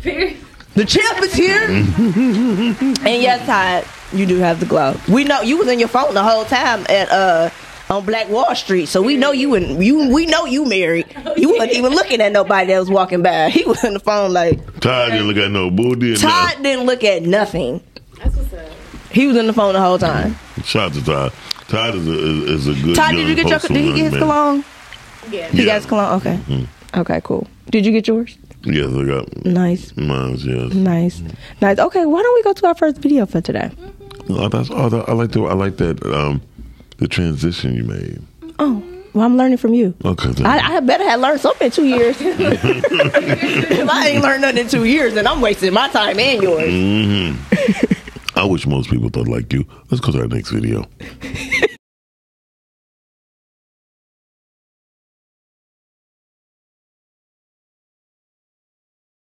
S8: Period.
S7: the champ is here. and
S6: Mm-hmm.
S7: yes, Ty, you do have the glow. We know you was in your phone the whole time at uh on Black Wall Street, so we know you and you. We know you married. You wasn't even looking at nobody that was walking by. He was on the phone like.
S6: Ty didn't look at no booty.
S7: Todd didn't look at nothing.
S8: That's what's up.
S7: He was on the phone the whole time.
S6: No. Shout out to Todd. Todd is a, is, is a good.
S7: Todd,
S6: young
S7: did you get your?
S6: wholesome
S7: Did he
S6: young
S7: get his
S6: man. Mm-hmm.
S7: cologne?
S8: Yeah.
S7: He
S6: Yeah.
S7: got his cologne. Okay. Okay. Cool. Did you get yours?
S6: Yes, I got
S7: Nice.
S6: mine's. Yes.
S5: Nice,
S6: Mm.
S5: nice. Okay, why don't we go to our first video for today?
S6: Oh, that's oh, that, I like the I like that um the transition you made.
S5: Oh, well, I'm learning from you.
S6: Okay. then.
S5: I, I better have learned something in two
S6: *laughs*
S5: years.
S7: If I ain't learned nothing in two years, then I'm wasting my time and yours.
S6: hmm *laughs* I wish most people thought like you. Let's go to our next video.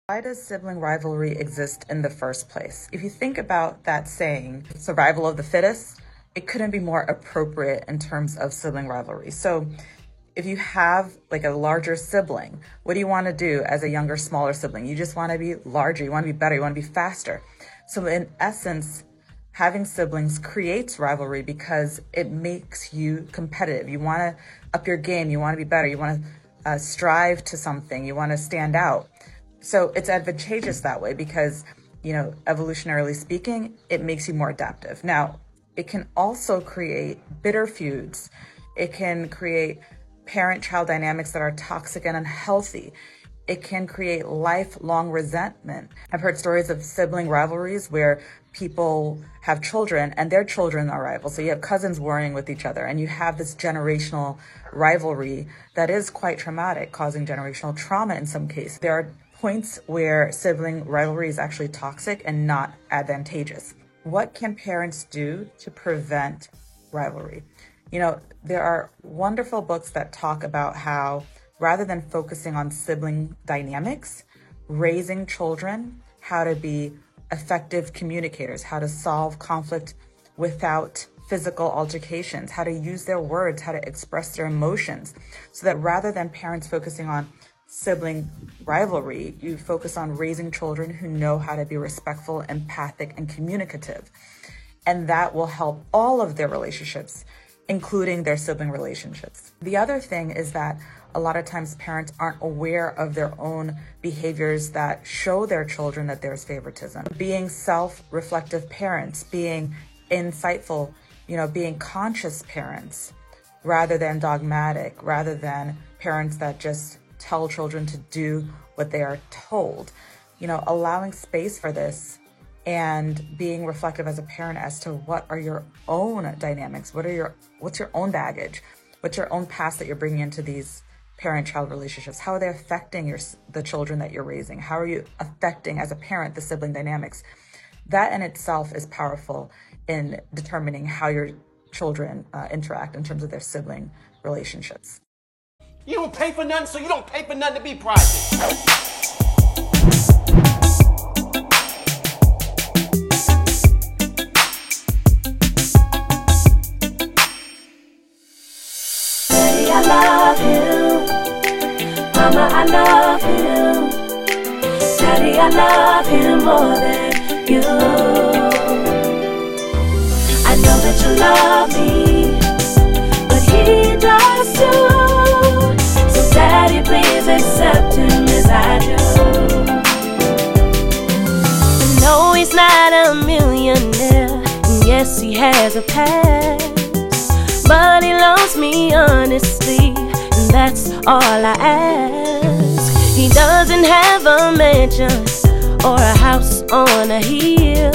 S9: Why does sibling rivalry exist in the first place? If you think about that saying, survival of the fittest, it couldn't be more appropriate in terms of sibling rivalry. So, if you have like a larger sibling, what do you want to do as a younger, smaller sibling? You just want to be larger, you want to be better, you want to be faster. So, in essence, having siblings creates rivalry because it makes you competitive. You want to up your game, you want to be better, you want to uh, strive to something, you want to stand out. So it's advantageous that way because, you know, evolutionarily speaking, it makes you more adaptive. Now, it can also create bitter feuds. It can create parent child dynamics that are toxic and unhealthy. It can create lifelong resentment. I've heard stories of sibling rivalries where people have children and their children are rivals. So you have cousins warring with each other and you have this generational rivalry that is quite traumatic, causing generational trauma in some cases. There are points where sibling rivalry is actually toxic and not advantageous. What can parents do to prevent rivalry? You know, there are wonderful books that talk about how rather than focusing on sibling dynamics, raising children, how to be effective communicators, how to solve conflict without physical altercations, how to use their words, how to express their emotions. So that rather than parents focusing on sibling rivalry, you focus on raising children who know how to be respectful, empathic, and communicative. And that will help all of their relationships, including their sibling relationships. The other thing is that a lot of times parents aren't aware of their own behaviors that show their children that there's favoritism. Being self reflective parents, being insightful, you know, being conscious parents rather than dogmatic, rather than parents that just tell children to do what they are told. You know, allowing space for this and being reflective as a parent as to what are your own dynamics, what are your what's your own baggage, what's your own past that you're bringing into these parent-child relationships. How are they affecting your s- the children that you're raising? How are you affecting as a parent the sibling dynamics? that in itself is powerful in determining how your children uh, interact in terms of their sibling relationships.
S10: You don't pay for nothing, so you don't pay for nothing to be private.
S4: Daddy, I love you. Mama, I love you. Daddy, I love you more than you. I know that you love me, but he does too. So, Daddy, please accept him as I do. No, he's not a millionaire. And yes, he has a past. But he loves me honestly. And that's all I ask.
S11: She doesn't have a mansion or a house on a hill.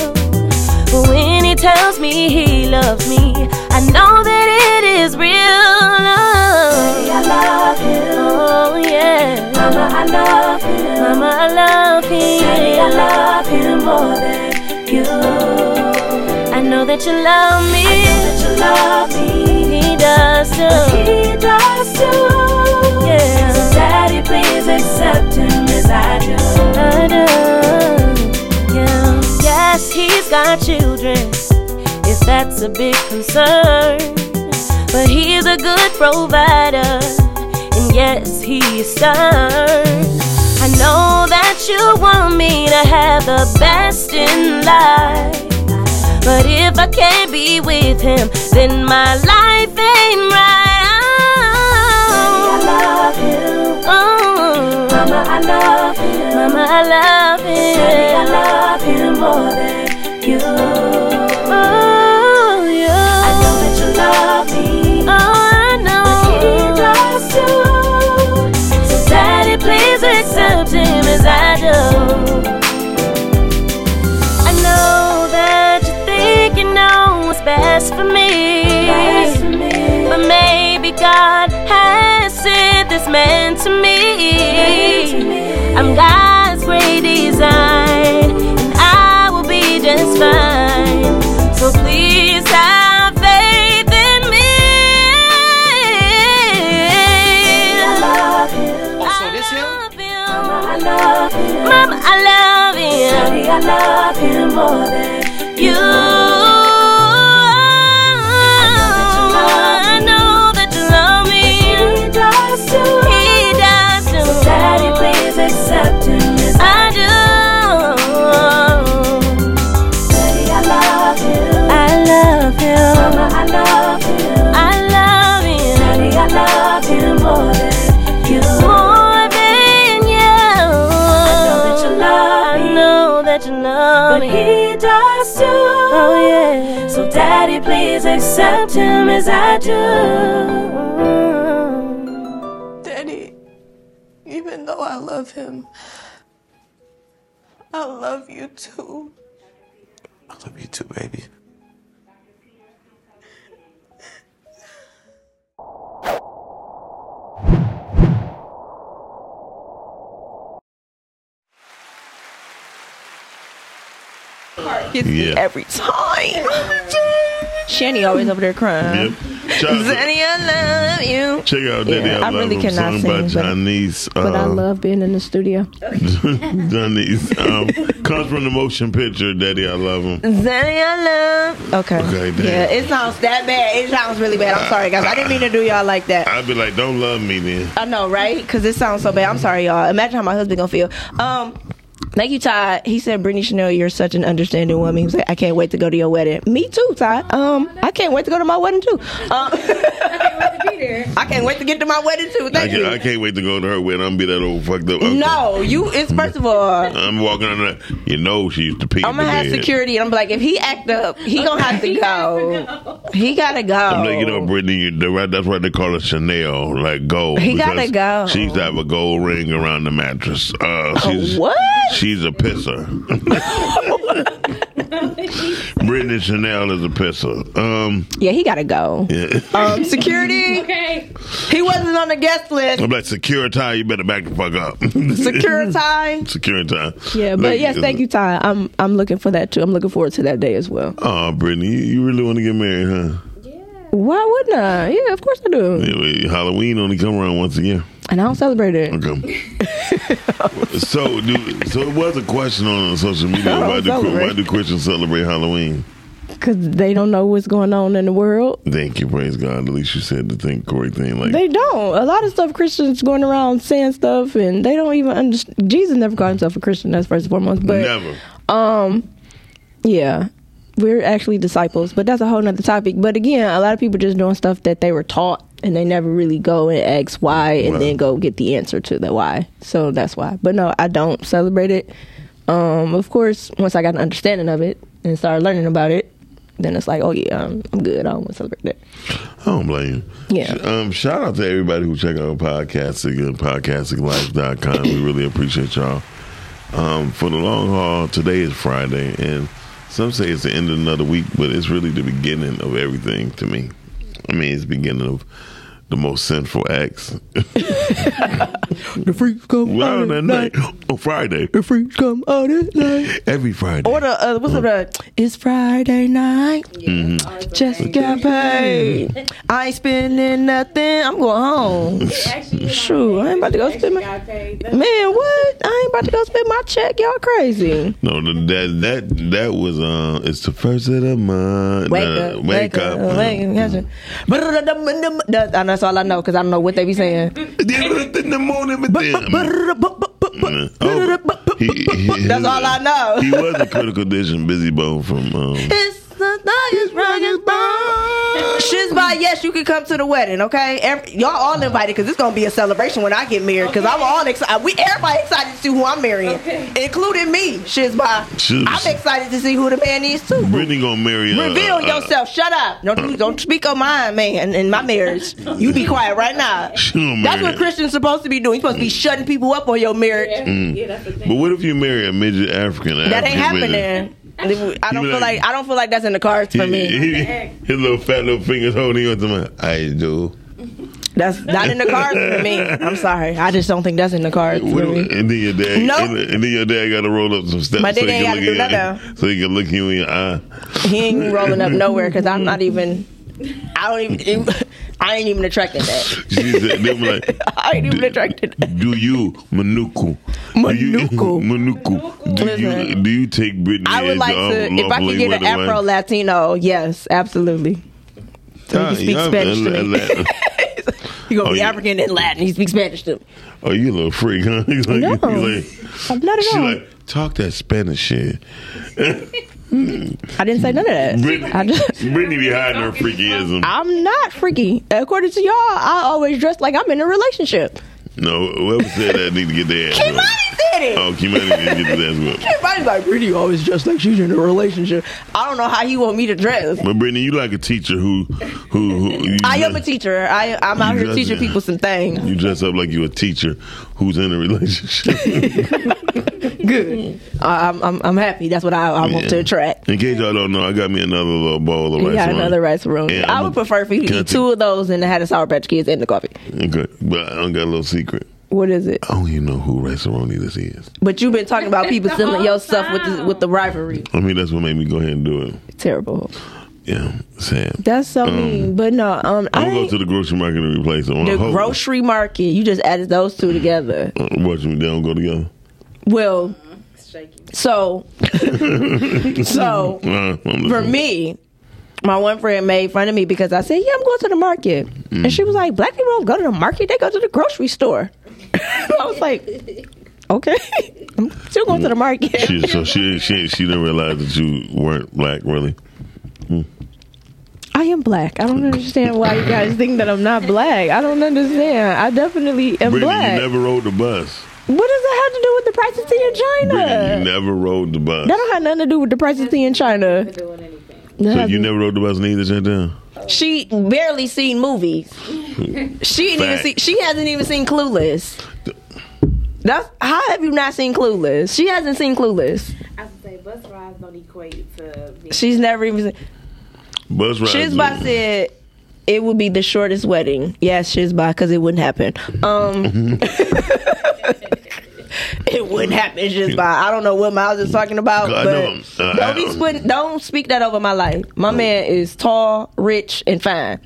S11: But when he tells me he loves me, I know that it is real love. I love him. Oh yeah. Mama, I love him. Mama, I love him. Daddy, I love him more than you. I know that you love me. I know that you love me. He does too. He does too. Yeah. So daddy, please accept him as I do. I do. Yeah. Yes, he's got children. If that's a big concern, but he's a good provider. And yes, he is stern. I know that you want me to have the best in life. But if I can't be with him, then my life ain't right. I love him. Oh. Mama, I love him. Mama, I love him. Daddy, I love him more than you. Oh, you. I know that you love me. Oh, I know. But he does too. So, Daddy, please accept him as I do. I know that you think you know what's best for me. But maybe God has sent this man to me. I'm God's great design, and I will be just fine. So please have faith in me.
S10: Oh, so this him?
S11: I love him. Mama, I love him. Daddy, I love him more than you. I know that you love me. He does too. He does too. So Daddy, please accept him. I do. Daddy, I love him. I love him. Mama, I love him. I love him. Daddy, I love him more than you. More than you. I know that you love me. I know that you love but me. he does too. Oh yeah. So daddy, please accept him as I do.
S12: Daddy, even though I love him, I love you too.
S3: I love you too, baby.
S7: Gets me
S6: Yeah.
S7: every time. Shani always over there crying.
S6: Yep. Shout out
S7: Zanny, I love you.
S6: to- Check out Daddy
S7: Yeah,
S6: I
S7: I
S6: Love
S7: really
S6: Him,
S7: cannot
S6: sung
S7: sing,
S6: by
S7: but-
S6: Janice.
S5: But I
S6: um, *laughs*
S5: love being in the studio.
S6: Janice um, comes from the motion picture. Daddy, I love him.
S7: Zanny, I love. Okay.
S6: Okay, damn.
S7: Yeah, it sounds that bad. It sounds really bad. I'm sorry, guys. I didn't mean to do y'all like that.
S6: I'd be like, don't love me then.
S7: I know, right? Because it sounds so bad. I'm sorry, y'all. Imagine how my husband gonna feel. Um, thank you, Todd. He said, "Brittany Chanel, you're such an understanding woman." He was like, "I can't wait to go to your wedding." Me too, Todd. Um, I can't wait to go to my wedding too. Um, *laughs* I can't wait to get to my wedding too.
S6: I
S7: Thank
S6: can't,
S7: you.
S6: I can't wait to go to her wedding. I'm gonna be that old fucked up. uncle.
S7: No, you. It's first of all.
S6: I'm walking on that. You know she used to pee
S7: I'm
S6: in the
S7: gonna have
S6: bed.
S7: security, and I'm like, if he act up, he gonna have to go. He gotta go.
S6: I'm like,
S7: *laughs*
S6: you
S7: Oh.
S6: know, Brittany, you- the right, that's why they call it Chanel, like gold.
S7: He
S6: because
S7: gotta go.
S6: She used to have a gold ring around the mattress. Uh, she's,
S7: what?
S6: She's a pisser. Brittany Chanel is a pisser. Um,
S7: Yeah, he gotta go.
S6: yeah.
S5: *laughs*
S7: Um, security. Okay. He wasn't on the guest list.
S6: I'm like, Security, you better back the fuck up. *laughs*
S7: Security.
S6: Security.
S5: Yeah, but yes, thank you, Ty. I'm I'm looking for that too. I'm looking forward to that day as well.
S6: Oh, Brittany, you, you really want to get married, huh?
S5: Why wouldn't I? Yeah, of course I do.
S6: Yeah, wait, Halloween only come around once a year.
S5: And I don't celebrate it.
S6: Okay. *laughs* so, do, so it was a question on
S5: *laughs*
S6: social media. Why do,
S5: Celebrate.
S6: why do Christians celebrate Halloween?
S5: Because they don't know what's going on in the world.
S6: Thank you, praise God. At least you said the thing, correct thing. Like
S5: They don't. A lot of stuff Christians going around saying stuff, and they don't even understand. Jesus never called himself a Christian. That's first and foremost. But
S6: never.
S5: um, yeah, we're actually disciples, but that's a whole nother topic. But again, a lot of people just doing stuff that they were taught, and they never really go and ask why, and
S6: Right.
S5: then go get the answer to the why. So that's why. But no, I don't celebrate it. Um, of course, once I got an understanding of it and started learning about it, then it's like, oh yeah, I'm, I'm good. I don't want to celebrate that.
S6: I don't blame you.
S5: Yeah.
S6: Um, shout out to everybody who check out podcasting and podcastinglife.com. we really appreciate y'all. Um, for the long haul, today is Friday, and some say it's the end of another week, but it's really the beginning of everything to me. I mean, it's the beginning of the most sinful acts.
S5: The freaks come
S6: Round that night on Friday.
S5: The freaks come out at night.
S6: Every Friday.
S5: Or the uh, what's the it's Friday night.
S6: Mm-hmm.
S5: Just got paid. I ain't spending nothing. I'm going home. *laughs* Shoot, I ain't about to go spend my man. What? I ain't about to go spend my check. Y'all crazy.
S6: No, th- that that that was uh, it's the first of the month.
S5: Wake
S6: Uh,
S5: up,
S6: wake up.
S5: wake up. Yes, sir. That's and that's all I know because I don't know what they be saying.
S6: in the morning, but then. Oh, he, he-
S5: That's all I know.
S6: He was a critical condition busy bone from um,
S7: It's the thickest rugged bone. Shiz by yes, you can come to the wedding, okay? Every, y'all all invited because it's gonna be a celebration when I get married. Because I'm all excited. We everybody excited to see who I'm marrying, including me. Shiz by.
S6: Shiz.
S7: I'm excited to see who the man is too.
S6: Brittany gonna marry. uh,
S7: Reveal
S6: uh, *laughs*
S7: yourself. Shut up. Don't don't speak of mine, man, in my marriage. You be quiet right now.
S6: gonna
S7: That's
S6: marry-
S7: what Christian's supposed to be doing. He's supposed to be shutting people up on your marriage.
S6: Mm. But what if you marry a midget African? An
S7: That ain't
S6: African midget?
S7: happening. I
S6: You
S7: don't
S6: be
S7: feel
S6: like-
S7: like I don't feel like that's in the cards for
S6: He-
S7: me.
S6: he- his little fat little fingers holding on to my. I do.
S7: That's not in the cards for me. I'm sorry. I just don't think that's in the cards
S6: What
S7: for
S6: do-
S7: me.
S6: and then your dad,
S7: Nope.
S6: and, and then your dad got to roll up some steps
S7: My daddy
S6: he
S7: ain't
S6: can
S7: gotta do
S6: look at
S7: nothing.
S6: you, so he can look you in your eye.
S7: He ain't rolling up nowhere because I'm not even. I don't even. I ain't even attracted to that.
S6: She said, they were like,
S7: *laughs* I ain't even attracted. to that.
S6: Do you, Manuku? Manuku. *laughs* Manuku. Do you,
S7: Listen.
S6: do you take Britney
S7: I would
S6: as
S7: like
S6: your
S7: to. If I
S6: lawfully
S7: could get an
S6: wedded wife?
S7: Afro Latino, yes, absolutely. So he can speak
S6: Ah, yeah,
S7: Spanish to
S6: la-
S7: me.
S6: la-
S7: *laughs* He gonna
S6: Oh,
S7: be
S6: yeah.
S7: African and Latin. He speak Spanish
S6: *laughs*
S7: to me.
S6: Oh, you a little freak, huh? *laughs* He's like,
S7: No.
S6: he's
S7: Not
S6: like,
S7: at *laughs*
S6: she
S7: all.
S6: like, talk that Spanish shit.
S5: I didn't say none of that.
S6: Brittany,
S5: I just.
S6: Brittany be hiding her freakyism.
S5: I'm not freaky. According to y'all, I always dress like I'm in a relationship.
S6: No, whoever said that need to get their ass whooped.
S7: Said it.
S6: Oh, Kimani need to get their ass whooped.
S7: Everybody's like, Brittany always dressed like she's in a relationship. I don't know how you want me to dress.
S6: But Brittany, you like a teacher who, who, who you,
S7: I am a
S6: dress-
S7: teacher. I, I'm out here
S6: dress-
S7: teaching people some things.
S6: you dress up like you a teacher who's in a relationship.
S7: Good. I, I'm, I'm, *laughs* I'm happy. That's what I, I want to
S6: Yeah.
S7: attract.
S6: *laughs* In case y'all don't know, I got me another little bowl of
S7: You
S6: rice.
S7: got
S6: wine.
S7: another rice room.
S6: And
S7: I
S6: I'm
S7: would prefer for you
S6: Can I
S7: to eat
S6: take-
S7: two of those and have the Sour Patch Kids and the coffee.
S6: Okay, but I don't got a little secret.
S7: What is it?
S6: I don't even know who Riceroni this is.
S7: But you've been talking about people selling your stuff with the, with the rivalry.
S6: I mean, that's what made me go ahead and do it.
S5: Terrible.
S6: Yeah, sad.
S5: That's so
S6: Um,
S5: mean. But no, um, I
S6: I'm gonna go to the grocery market and replace it.
S7: The grocery market. You just added those two together.
S6: Uh, Watch them. They don't go together.
S7: Well, so *laughs* so
S6: Uh, I'm
S7: for
S6: listening.
S7: me, my one friend made fun of me because I said, "Yeah, I'm going to the market," and she was like, "Black people don't go to the market; they go to the
S5: *laughs*
S7: grocery store." I was like, "Okay, I'm still going to the market."
S6: She, so she she she didn't realize that you weren't black really.
S5: I am black. I don't understand why you guys think that I'm not black. I don't understand. I definitely am
S6: Brittany,
S5: black.
S6: you never rode the bus.
S5: what does that have to do with the price of tea in
S7: Uh,
S5: China?
S6: Brittany, you never rode the bus.
S5: That don't have nothing to do with the price of tea in China. That
S6: So
S5: has-
S6: you never rode the bus neither, Chantel.
S7: She barely seen movies. She didn't even
S6: Fact.
S7: see. She hasn't even seen Clueless. That's how have you not seen Clueless? She hasn't seen Clueless.
S8: I would say bus rides don't equate to being
S7: She's never even. Seen,
S6: Bus rides.
S7: Shizba said it would be the shortest wedding. Yes, Shizba, because it wouldn't happen. Um, *laughs* it wouldn't happen, Shizba. I don't know what Miles is talking about,
S6: God, I know.
S7: but
S6: Uh, I
S7: don't be
S6: don't-
S7: splitting, don't speak that over my life. My man is tall, rich, and fine.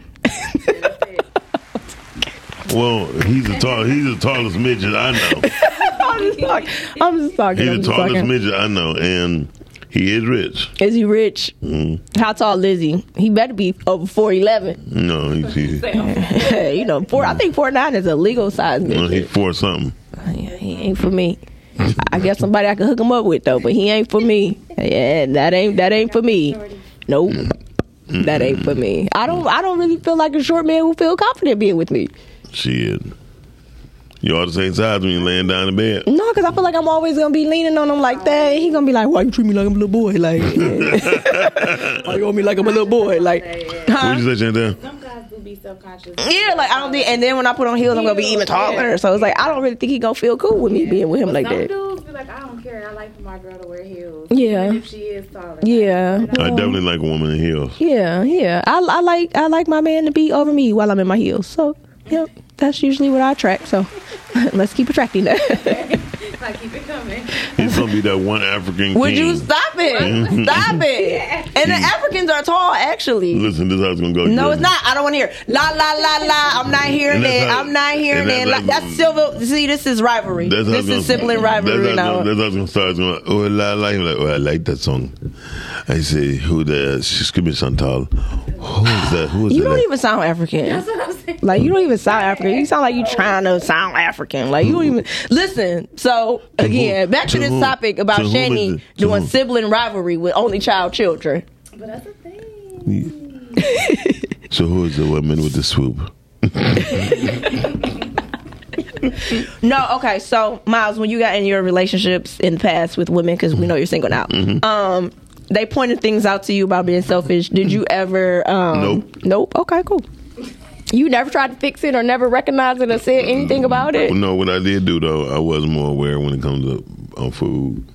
S6: Well, he's the tall. He's the tallest midget
S7: *laughs*
S6: I know.
S5: I'm just talking. I'm just talking. I'm
S6: He's the
S5: just
S6: tallest
S5: talking.
S6: midget I know, and he is rich.
S5: Is he rich?
S6: Mm.
S5: How tall is he?
S7: He better be over
S5: *laughs*
S7: four eleven.
S6: No, he's he's,
S7: you know, four.
S6: Mm.
S7: I think four nine is a legal size.
S6: no,
S7: Bitch.
S6: he's four something.
S7: He ain't for me. I guess somebody I could hook him up with though, but he ain't for me. Yeah, that ain't that ain't for me. Nope.
S6: Mm.
S7: That ain't for me. I don't I don't really feel like a short man will feel confident being with me.
S6: Shit. You all the same size when you laying down in bed.
S5: No, because I feel like I'm always gonna be leaning on him like that. He gonna be like, "Why you treat me like I'm a little boy? Like, *laughs*
S7: Mm-hmm.
S6: *laughs*
S5: why you on me like I'm a little boy? Like,
S6: What you say, Chantel?
S5: yeah, like I don't think. And then when I put on heels, I'm gonna be even taller. So it's like I don't really think he gonna feel cool with me being with him like
S8: Some
S5: that.
S8: dudes be like, I don't care. I like for my girl to wear heels.
S5: Yeah.
S8: Even if she is taller.
S5: Yeah,
S6: I
S5: well,
S6: definitely like a woman in heels.
S5: yeah, yeah. I, I like I like my man to be over me while I'm in my heels. So yep, that's usually what I attract. So *laughs* let's keep attracting that.
S8: Like, keep it coming.
S6: He's gonna be that one African
S7: Would
S6: king. Mm-hmm.
S7: you stop it?
S6: What?
S7: stop it. And the Africans are tall, actually.
S6: *laughs* Listen, this is how it's gonna go.
S7: No,
S6: Jordan.
S7: it's not. I don't want to hear la la la la. I'm not hearing
S6: Oh, And that's
S7: it.
S6: how-
S7: I'm not hearing
S6: and
S7: it.
S6: that's
S7: Like,
S6: how-
S7: that's silver. See, this is rivalry.
S6: That's how
S7: This
S6: it's gonna-
S7: is sibling rivalry
S6: That's how,
S7: now.
S6: it's gonna- that's how it's gonna start. It's gonna, oh, la, la. You're like, oh, I like that song. I say, who the? She's gonna be Chantal. Who is that? Who is
S5: You
S6: *laughs* that?
S5: don't even sound African. Like you don't even sound African. You sound like you trying to sound African. Like you don't even listen. So again,
S7: who-
S5: back to
S7: to
S5: this
S7: who-
S5: topic about
S7: to whom is
S5: Shani
S7: it? To
S5: doing
S7: whom?
S5: sibling rivalry with only child children.
S6: so who is the woman with the swoop?
S7: No, okay. So, Miles, when you got in your relationships in the past with women, because we know you're single now, um, they pointed things out to you about being selfish. Did you ever? Um,
S6: Nope.
S5: Nope. Okay. Cool. You never tried to fix it or never recognized it or said anything about it.
S6: No, what I did do though, I was more aware when it comes to on food.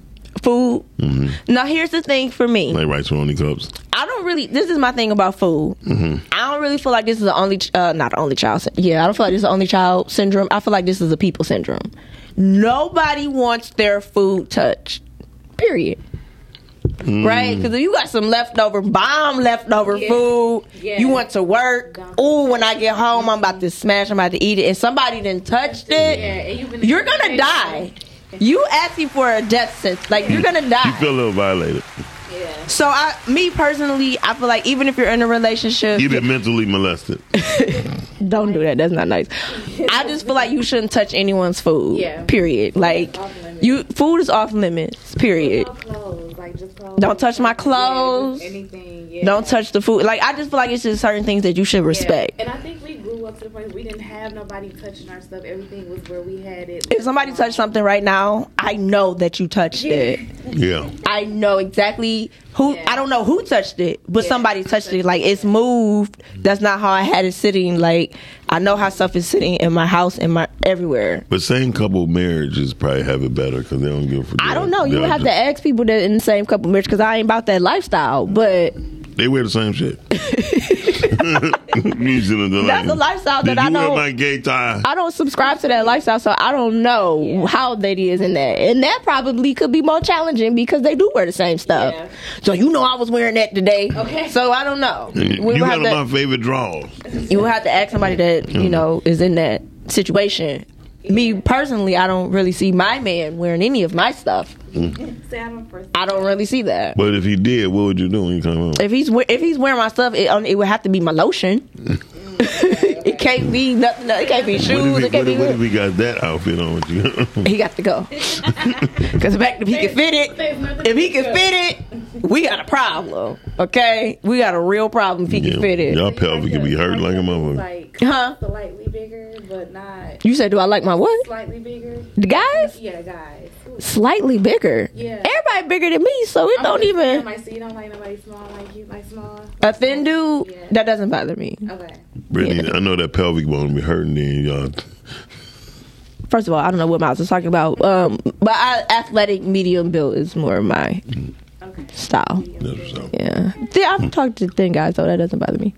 S7: Food. Mm-hmm.
S6: hmm
S7: Now, here's the thing for me.
S6: Like rice only cups.
S7: I don't really. This is my thing about food.
S6: hmm
S7: I don't really feel like this is the only, ch- uh, not the only child. syn- Yeah, I don't feel like this is the only child syndrome. I feel like this is a people syndrome. Nobody wants their food touched. Period. Right? Because if you got some leftover bomb, leftover food, you went to work. Ooh, when I get home, I'm about to smash. I'm about to eat it, and somebody didn't touched it. you're gonna die. You asking for a death sentence? Like you're gonna die.
S6: You feel a little violated.
S7: So I, me personally, I feel like even if you're in a relationship,
S6: You've been mentally molested.
S5: *laughs*
S7: don't do that. That's not nice. I just feel like you shouldn't touch anyone's food.
S8: Yeah.
S7: Period. Like you, food is off limits. Period.
S8: Clothes, like just clothes.
S7: Don't touch my clothes.
S8: Yeah, just anything. Yeah.
S7: Don't touch the food. Like I just feel like it's just certain things that you should
S8: Yeah.
S7: respect.
S8: And I think we grew up to the point we didn't have nobody touching our stuff. Everything was where we had it.
S7: If somebody touched something right now, I know that you touched it.
S6: Yeah.
S7: I know exactly who. I don't know who touched it, but somebody touched it. Like it's moved. That's not how I had it sitting. Like I know how stuff is sitting in my house, in my everywhere.
S6: But same couple marriages probably have it better because they don't give. a-
S5: I don't know. You
S6: they
S5: would have to ask people that in the same couple marriage because I ain't about that lifestyle. But
S6: They wear the
S7: *laughs*
S6: same shit. You shouldn't do
S5: That's
S6: like-
S5: the lifestyle
S6: Did
S5: that I
S6: you
S5: don't-
S6: Wear my gay tie.
S5: I don't subscribe to that lifestyle, so I don't know how that is in that. And that probably could be more challenging because they do wear the same stuff. So you know I was wearing that today. Okay. So I don't know.
S6: You
S5: would
S6: you
S5: have
S6: one of
S5: to-
S6: my favorite draws.
S7: You would have to ask somebody that you know is in that situation. Me personally, I don't really see my man wearing any of my stuff. I don't really see that.
S6: Mm. But if he did, what would you do when you come home?
S7: If he's we- if he's wearing my stuff, it, um, it would have to be my lotion. *laughs* it can't be nothing. It can't be shoes.
S6: what
S7: It
S6: if, he,
S7: can't
S6: what,
S7: be.
S6: if, what if he got that outfit on with you?
S7: He got to go. *laughs* Because back if he can fit it, if he can fit it, we got a problem. Okay, we got a real problem if he can fit it.
S6: Y'all pelvic can be hurt like a motherfucker.
S8: Like
S7: Huh?
S8: slightly bigger, but not
S5: You said, do I like my what?
S8: slightly bigger.
S5: The guys?
S8: Yeah, guys. Ooh.
S5: Slightly bigger.
S8: Yeah.
S5: Everybody bigger than me, so it
S8: I'm
S5: don't
S8: just saying,
S5: even.
S8: Like, so you don't like nobody small, like you like small.
S7: A thin dude that doesn't bother me.
S8: Okay.
S6: *laughs* Brittany, I know that pelvic bone be hurting then y'all.
S7: First of all, I don't know what Miles is talking about. Um, but I, athletic medium build is more my style. Yeah. See, I've talked to thin guys though. That doesn't bother me.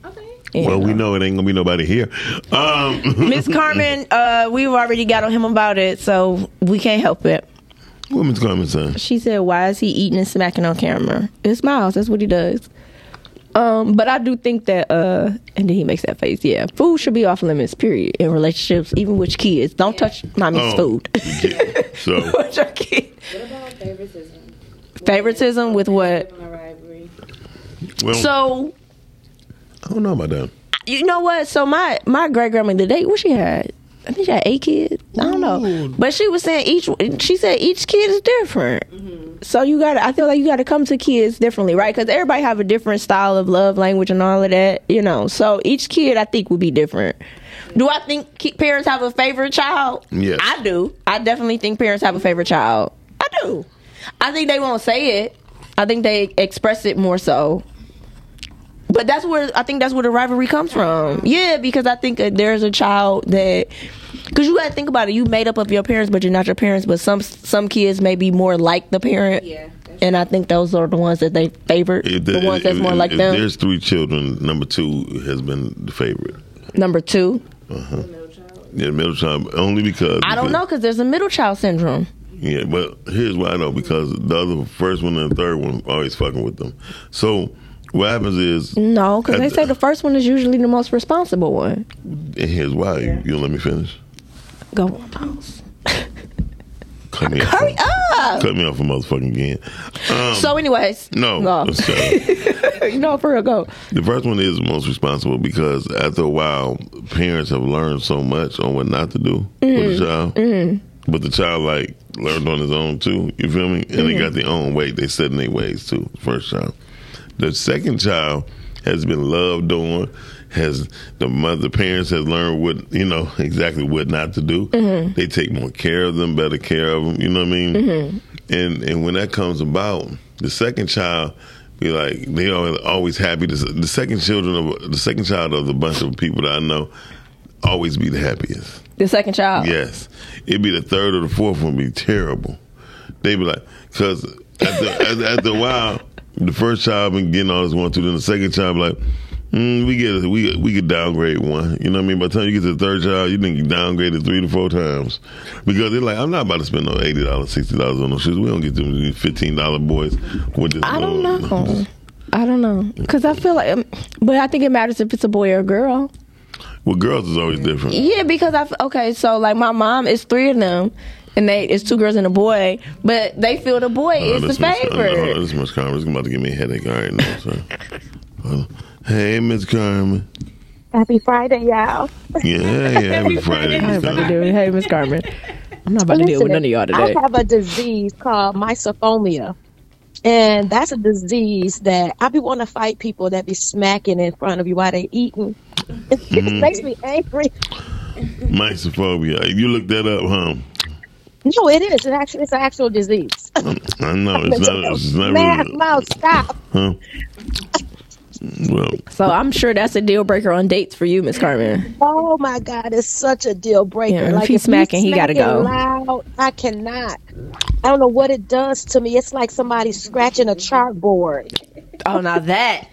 S7: Yeah.
S6: Well, we know it ain't gonna be nobody here. Um,
S7: *laughs* Miss
S6: *laughs*
S7: Carmen, uh, we've already got on him about it, so we can't help it.
S6: Women's Carmen son.
S7: She said, "Why is he eating and smacking on camera?" It's Miles. That's what he does. Um, but I do think that, uh, and then he makes that face. Yeah, food should be off limits. Period. In relationships, even with kids, don't touch mommy's
S6: Oh.
S7: food. *laughs*
S6: So
S7: With your kid. Favoritism with what?
S6: well,
S7: So
S6: I don't know about that.
S7: you know what? So my my great grandmother, they what she had? I think she had eight kids. I don't know, but she was saying each. She said each kid is different.
S5: So you got. to I feel like you got to come to kids differently, right? Because everybody have a different style of love language and all of that, you know. So each kid, I think, would be different.
S7: Do I think ki- parents have a favorite child?
S5: Yes.
S7: I do. I definitely think parents have a favorite child. I do. I think they won't say it. I think they express it more so. But that's where I think that's where the rivalry comes from. Yeah, because I think that there's a child that because you got to think about it. You made up of your parents, but you're not your parents. But some some kids may be more like the parent. Yeah. And I think those are the ones that they favor.
S6: If
S7: The
S6: there-
S7: ones that's
S6: if-
S7: more like
S6: if
S7: them.
S6: There's three children. Number two has been the favorite.
S7: Number two.
S6: Uh-huh. Yeah, middle child only because
S7: I don't know because there's a middle child syndrome.
S6: Yeah, but here's why I know because the other first one and the third one always fucking with them. So what happens is,
S7: Mm.
S5: No, because
S6: At
S5: they
S6: the-
S5: say the first one is usually the most responsible one.
S6: and here's why you, you let me finish.
S5: Go on, pause.
S6: Cut me off.
S7: Uh, Hurry up.
S6: Cut me off a motherfucking again. Um,
S7: so, anyways,
S6: no,
S7: no,
S6: shut up.
S7: *laughs*
S5: no, for real, go.
S6: The first one is the most responsible because after a while, parents have learned so much on what not to do with
S7: Mm.
S5: Mhm.
S6: the child.
S5: Mhm.
S6: But the child like learned on his own too. You feel me? And they
S5: Mhm.
S6: got their own way. They set in their ways too. First child. The second child has been loved on. Has the mother parents has learned what you know *laughs* exactly what not to do.
S13: Mhm.
S6: They take more care of them, better care of them. You know what I mean?
S4: Mm-hmm.
S13: Mhm.
S6: And and when that comes about, the second child be like they are always happy. The, the second children of the second child of the bunch of people that I know always be the happiest.
S7: the second
S5: Oh.
S7: child.
S6: Yes, it'd be the third or the fourth one be terrible. They be like, because after, after, after a while, the first child been getting all this one, two, then the second child be like, mm, we get we we could downgrade one. You know what I mean? By the time you get to the third child, you think you downgraded three to four times because they're like, I'm not about to spend no eighty dollars, sixty dollars on those shoes. We don't get them fifteen dollar boys with this.
S5: I don't
S6: little-
S5: know. I don't know because I feel like, um, but I think it matters if it's a boy or a girl.
S6: Well, girls is always different.
S5: Yeah, because I f- okay, so like my mom is three of them, and they it's two girls and a boy, but they feel the boy
S6: Hold on,
S5: is the
S6: this much- hold on,
S5: favorite.
S6: this much Carmen. It's about to give me a headache. All right, now, so. Hold on. Hey, Miss Carmen.
S14: Happy Friday, y'all.
S6: Yeah, hey, happy
S5: *laughs*
S6: Friday,
S5: I
S6: Miss
S5: ain't about to
S6: Carmen.
S5: do it. Hey, Miss Carmen, I'm not about to deal with none of y'all today.
S14: I have a disease called mysophomia. And that's a disease that I be want to fight people that be smacking in front of you while they eating. It
S6: Mhm.
S14: makes me angry.
S6: Myxophobia. You looked that up, huh?
S14: No, it is. It actually, it's an actual disease. *laughs*
S6: I know it's not. It's not
S14: Math,
S6: really.
S14: mouth, stop.
S6: Huh? Well,
S5: So I'm sure that's a deal breaker on dates for you, Miss Carmen.
S14: Oh my God, it's such a deal breaker.
S5: Yeah, if
S14: like
S5: he's smacking, he gotta go.
S14: Loud, I cannot. I don't know what it does to me. It's like somebody scratching a chalkboard.
S7: Oh, now that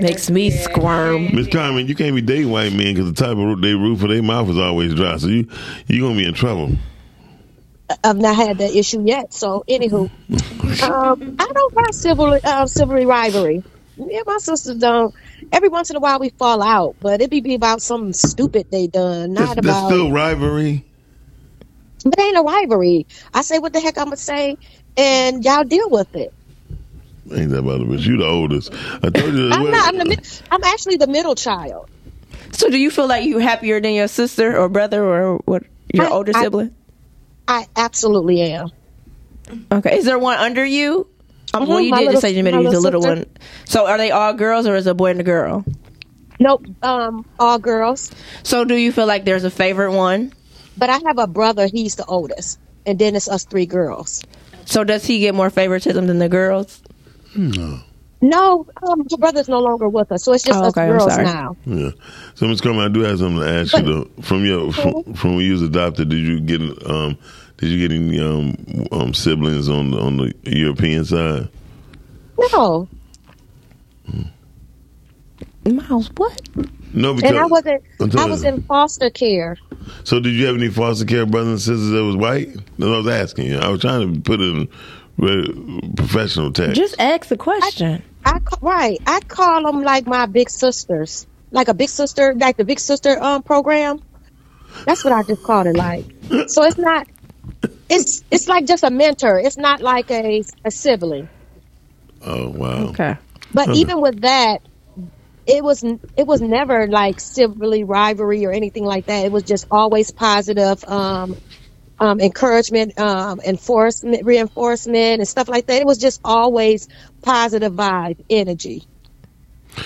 S7: makes me squirm.
S6: Miss Carmen, you can't be dating white men because the type of roof they roof for their mouth is always dry. So you you gonna be in trouble.
S14: I've not had that issue yet. So, anywho, um, I don't mind civil uh, civilry rivalry. Me and my sisters don't. Every once in a while we fall out, but it be, be about something stupid they done, not
S6: That's, that's
S14: about.
S6: still rivalry.
S14: But it ain't a rivalry. I say what the heck I'm gonna say, and y'all deal with it.
S6: Ain't that about it? But you the oldest. I told you. that-
S14: I'm not. I'm, the, mid- I'm actually the middle child.
S7: So, do you feel like you happier than your sister or brother or what? Your older
S14: I-
S7: sibling?
S14: I absolutely am.
S7: Okay. Is there one under you? Um, well,
S14: Mhm,
S7: you
S14: my
S7: did just
S14: little-
S7: say you made
S14: my
S7: it was a
S14: little
S7: little
S14: sister.
S7: one. So, are they all girls or is it a boy and a girl?
S14: Nope. Um, all girls.
S7: So, do you feel like there's a favorite one?
S14: But I have a brother. He's the oldest, and then it's us three girls.
S7: So, does he get more favoritism than the girls?
S6: Mm, No.
S14: No, um, my brother's no longer with us, so it's just
S7: Oh, okay, I'm
S14: us girls
S7: sorry.
S14: now.
S6: Yeah. So Ms. Carmen, I do have something to ask you though. From your from, from when you was adopted, did you get um did you get any um, um siblings on the on the European side?
S14: No,
S5: Miles, what?
S6: No, Oh, because
S14: and I wasn't.
S6: I'm
S14: I
S6: telling
S14: was
S6: you.
S14: in foster care.
S6: So did you have any foster care brothers and sisters that was white? That's what I was asking you. I was trying to put it in re- professional text.
S7: ask the question.
S14: I, ca- right. I call them like my big sisters, like a big sister, like the big sister um program. That's what I just called it like. So it's not. It's it's like just a mentor. It's not like a a sibling.
S6: oh wow.
S5: Okay.
S14: But
S6: Okay.
S14: even with that, it was it was never like civilly rivalry or anything like that. It was just always positive, um, um, encouragement, um, enforcement, reinforcement, and stuff like that. It was just always positive vibe, energy.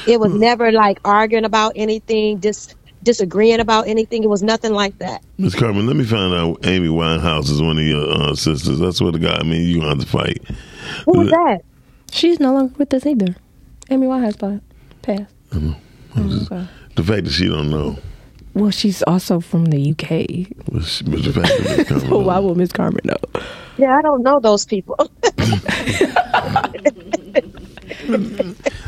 S14: It was never like arguing about anything, dis- disagreeing about anything. It was nothing like that.
S6: Miss Carmen, let me find out Amy Winehouse is one of your uh, sisters. That's what the guy. I mean, you gonna have to fight.
S7: Who was that? She's no longer with us either. Amy Winehouse pa- passed. Mm-hmm. Okay.
S6: The fact that she don't know.
S7: Well, she's also from the UK.
S6: But she- but the fact that
S14: *laughs*
S6: Miss Carmen
S7: so why would Miss Carmen know?
S14: Yeah, I don't know those people. *laughs*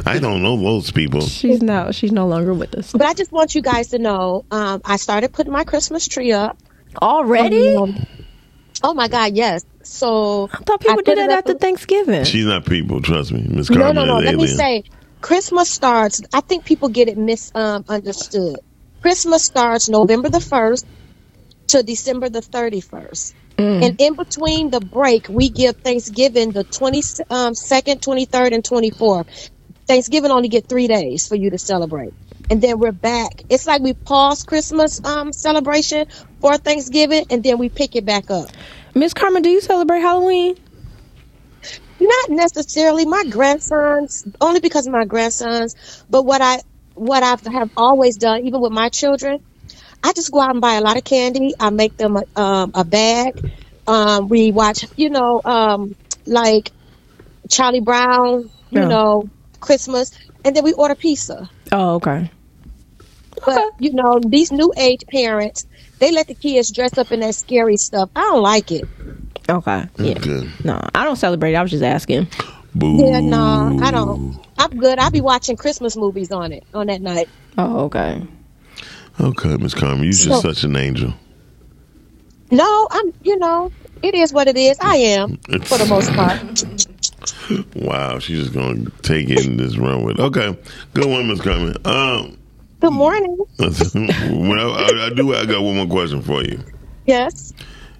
S6: I don't know those people.
S7: She's no, she's no longer with us.
S14: But I just want you guys to know, um, I started putting my Christmas tree up
S7: already.
S14: oh my God, yes. So I
S7: thought people
S14: did that after
S7: Thanksgiving.
S6: She's not people. Trust me, Miss
S14: No,
S6: Carmen
S14: no, no.
S6: is
S14: Let me
S6: alien.
S14: say, Christmas starts. I think people get it misunderstood. Christmas starts November the first to December the thirty first,
S15: Mm.
S14: and in between the break, we give Thanksgiving the twenty um, second, twenty third, and twenty fourth. Thanksgiving only get three days for you to celebrate, and then we're back. It's like we pause Christmas um, celebration for Thanksgiving, and then we pick it back up.
S7: Miss Carmen, do you celebrate Halloween?
S14: Not necessarily my grandsons, only because of my grandsons. But what I what I have always done, even with my children, I just go out and buy a lot of candy. I make them a, um, a bag. Um, we watch, you know, um, like Charlie Brown, you
S7: Yeah.
S14: know, Christmas, and then we order pizza.
S7: Oh, okay.
S14: But you know, these new age parents, they let the kids dress up in that scary stuff. I don't like it.
S7: Okay. Yeah. No, I don't celebrate. I was just asking.
S14: Yeah, no, I don't. I'm good. I'll be watching Christmas movies on it on that night.
S7: Oh, okay.
S6: Okay, Miss Carmen, you just
S14: So-
S6: such an angel.
S14: No, I'm. You know, it is what it is. I am for the most part.
S6: Wow, she's just gonna take it and just run with it. Okay, good one, Miss Carmen. Um, *laughs*
S14: Good morning.
S6: well, I, I do. I got one more question for you.
S14: Yes.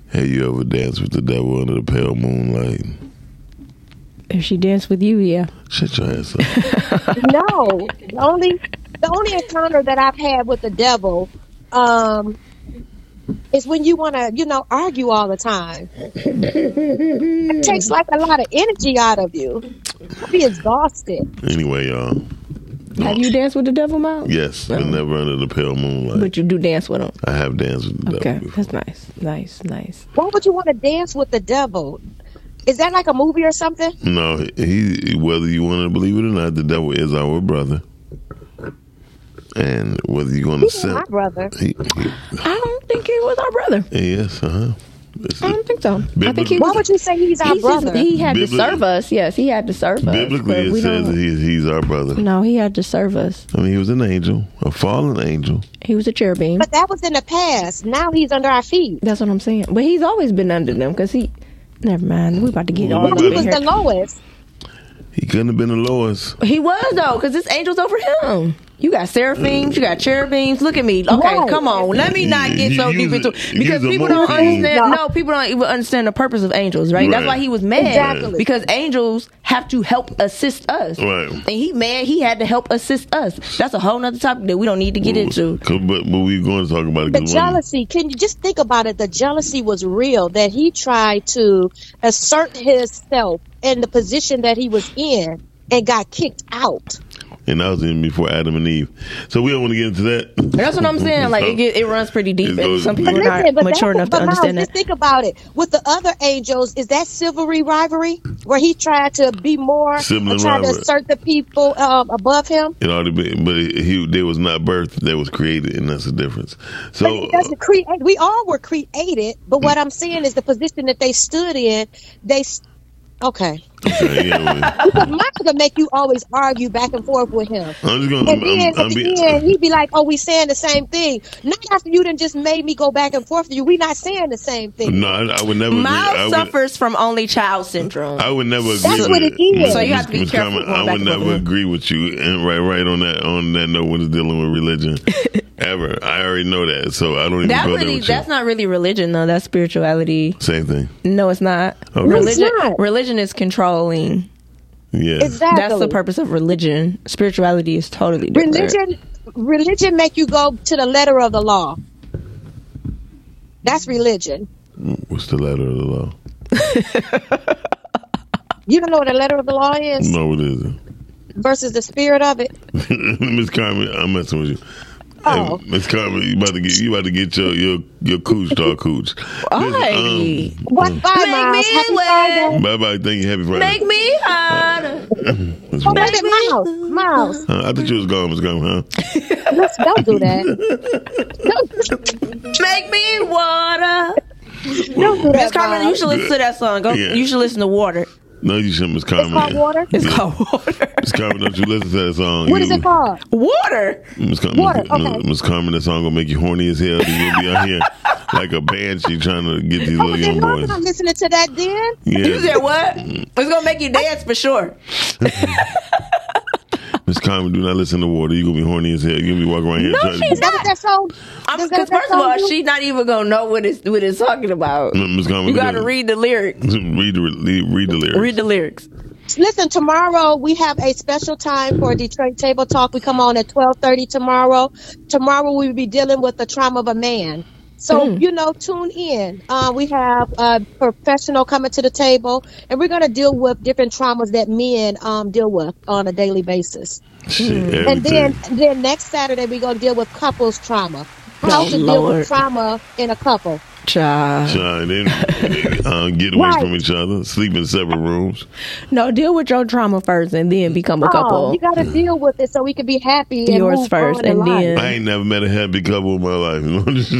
S6: Have you ever danced with the devil under the pale moonlight?
S7: If she danced with you, yeah.
S6: Shut your ass up.
S14: *laughs* No, the only the only encounter that I've had with the devil um, is when you want to, you know, argue all the time. It takes like a lot of energy out of you. I'll be exhausted.
S6: Anyway, y'all.
S7: Have you danced with the devil, Mom?
S6: Yes, but never under the pale moonlight.
S7: But you do dance with him.
S6: I have danced with the
S7: Okay,
S6: devil.
S7: that's nice, nice, nice.
S14: Why would you want to dance with the devil? Is that like a movie or something?
S6: No, he whether you want to believe it or not, the devil is our brother. And whether you want to
S14: He's my
S6: accept,
S14: brother.
S6: he,
S7: I don't think he was our brother.
S6: yes, uh huh.
S7: I don't think so. I think
S6: Biblically-
S7: he.
S6: Why
S7: was-
S6: would
S14: you say he's
S7: our
S6: brother?
S7: he had
S6: Biblically-
S7: to serve us. Yes, he had to serve us.
S6: Biblically,
S7: but
S6: it
S7: we
S6: says
S7: don't-
S6: that he, he's our brother.
S7: No, he had to serve us.
S6: I mean, he was an angel, a fallen angel.
S7: He was a cherubim.
S14: But that was in the past. Now he's under our feet.
S7: That's what I'm saying. But he's always been under them because he. Never mind. We about to get all
S14: Well,
S7: up
S14: he
S7: in
S14: was
S7: here.
S14: the lowest.
S6: He couldn't have been the lowest.
S7: He was though, because it's angels over him. You got seraphims, you got cherubims. Look at me. Okay,
S11: Right.
S7: come on. Let me not get so
S11: You
S7: deep
S11: use
S7: into
S11: it- you
S7: because
S11: use
S7: people
S11: emotion.
S7: don't understand.
S11: No.
S7: No, people don't even understand the purpose of angels, right? That's
S11: Right.
S7: why he was mad
S11: Exactly.
S7: because angels have to help assist us.
S6: Right.
S7: And he mad. He had to help assist us. That's a whole nother topic that we don't need to get into.
S6: 'Cause- But, but we're going to talk about it.
S14: The
S6: 'cause one-
S14: jealousy, can you just think about it? The jealousy was real that he tried to assert himself in the position that he was in and got kicked out.
S6: and that was even before Adam and Eve. So we don't want to get into that.
S7: That's what I'm saying.
S6: *laughs*
S7: Like it, get, it runs pretty deep, and
S6: Mm-hmm. goes
S7: some
S6: deep.
S7: people are
S14: Listen,
S7: not
S14: but
S7: mature
S14: that's-
S7: enough to
S14: but Miles,
S7: understand
S14: just
S7: that.
S14: think about it. With the other angels, is that chivalry rivalry where he tried to be more, or
S6: Sibling
S14: tried to
S6: rivalry.
S14: assert the people um, above him?
S6: It ought to be, but it, he they was not birthed; they was created, and that's the difference. So
S14: That's the create. We all were created, but
S6: Mm.
S14: what I'm saying is the position that they stood in. They s- okay.
S6: okay, yeah, we-
S14: Because Michael can make you always argue back and forth with him.
S6: I'm just
S14: And
S6: gonna. I'm,
S14: then
S6: I'm,
S14: at
S6: I'm
S14: the
S6: *laughs* being,
S14: end, he'd be like, "Oh, we saying the same thing." Not after you done just made me go back and forth with you. We not saying the same thing.
S6: no, I, I would never. Agree. I
S7: Miles
S6: would,
S7: suffers from only child syndrome.
S6: I would never agree.
S7: That's
S6: with
S7: what it is.
S6: Miss-
S7: So you have to be
S6: Miss
S7: careful
S6: Carmen,
S7: going back
S6: I would
S7: and forth
S6: never
S7: with him.
S6: agree with you, and right, right on that, on that note, when it's dealing with
S7: *laughs*
S6: religion, ever. I already know that, so I don't even
S7: That
S6: go there
S7: really,
S6: with you.
S7: that's not really religion though. That's spirituality.
S6: Same thing.
S7: No, it's not.
S6: Okay. No, it's
S7: Religion, religion is controlling.
S6: Yeah.
S7: That's the purpose of religion. Spirituality is totally different.
S14: religion religion make you go to the letter of the law that's religion
S6: What's the letter of the law?
S14: You don't know what the letter of the law is
S6: No, it isn't.
S14: versus the spirit of
S7: *laughs*
S14: it.
S6: *laughs* Miss Carmen, I'm messing with you.
S14: Oh.
S6: Hey, Miss Carmen, you about to get you about to get your your your cooch dog cooch.
S7: Alrighty.
S14: What
S6: Mm.
S7: Make me wet.
S6: Bye bye. Thank you. Happy Friday.
S7: Make me hotter.
S6: That's
S14: Oh,
S6: right.
S14: wait a minute, Miles. Miles.
S6: Huh? I thought you was gone, Miss Carmen. Huh?
S14: Let's, don't do
S6: *laughs*
S14: that.
S7: Make me water.
S14: Don't do that.
S7: Miss Carmen, you should listen to that song. Go.
S6: Yeah.
S7: You should listen to Water.
S6: No, you shouldn't, Miss Carmen.
S14: water.
S7: It's called Water.
S6: Miss Carmen, don't you listen to that song?
S14: What
S6: you,
S14: is it called?
S7: Water.
S6: Miss Carmen,
S14: Water,
S6: Miss- Miss-
S14: okay.
S6: Miss Carmen, that song gonna make you horny as hell. and You'll be out here like a banshee trying to get these little young
S14: Oh, I'm
S6: boys.
S14: not listening to that then.
S7: You
S6: Yeah, Mm.
S7: said what? It's gonna make you dance for sure.
S6: Miss Carmen, do not listen to water. You gonna be horny as hell. You gonna be walking around here.
S7: No,
S6: trying to-
S7: she's
S14: Is that what that song?
S7: I'm
S14: Is that
S7: because
S14: what that
S7: first of all,
S14: song do?
S7: she's not even gonna know what it's what it's talking about.
S6: No, Miss Carmen,
S7: You
S6: look at
S7: gotta
S6: it.
S7: read the lyric.
S6: *laughs* Read the read, read the lyrics.
S7: Read the lyrics.
S14: Listen, tomorrow we have a special time for Detroit Table Talk. We come on at twelve thirty tomorrow. Tomorrow we will be dealing with the trauma of a man. So
S5: Mm.
S14: you know, tune in. Uh, we have a professional coming to the table, and we're going to deal with different traumas that men um, deal with on a daily basis.
S6: Shit,
S4: Mm.
S7: Mm-hmm.
S14: And
S6: everything.
S14: then, then next Saturday we're going to deal with couples trauma. How
S7: Oh,
S14: to deal
S7: Lord.
S14: with trauma in a couple.
S7: Child.
S6: Trying
S14: *laughs*
S6: to uh, get away
S14: Right.
S6: from each other, sleep in separate rooms.
S5: No, deal with your trauma first and then become a
S14: Oh,
S5: couple.
S14: you got to deal with it so we can be happy. And
S5: Yours
S14: move
S5: first
S14: on in
S5: and
S14: life.
S5: then
S6: I ain't never met a happy couple in my life.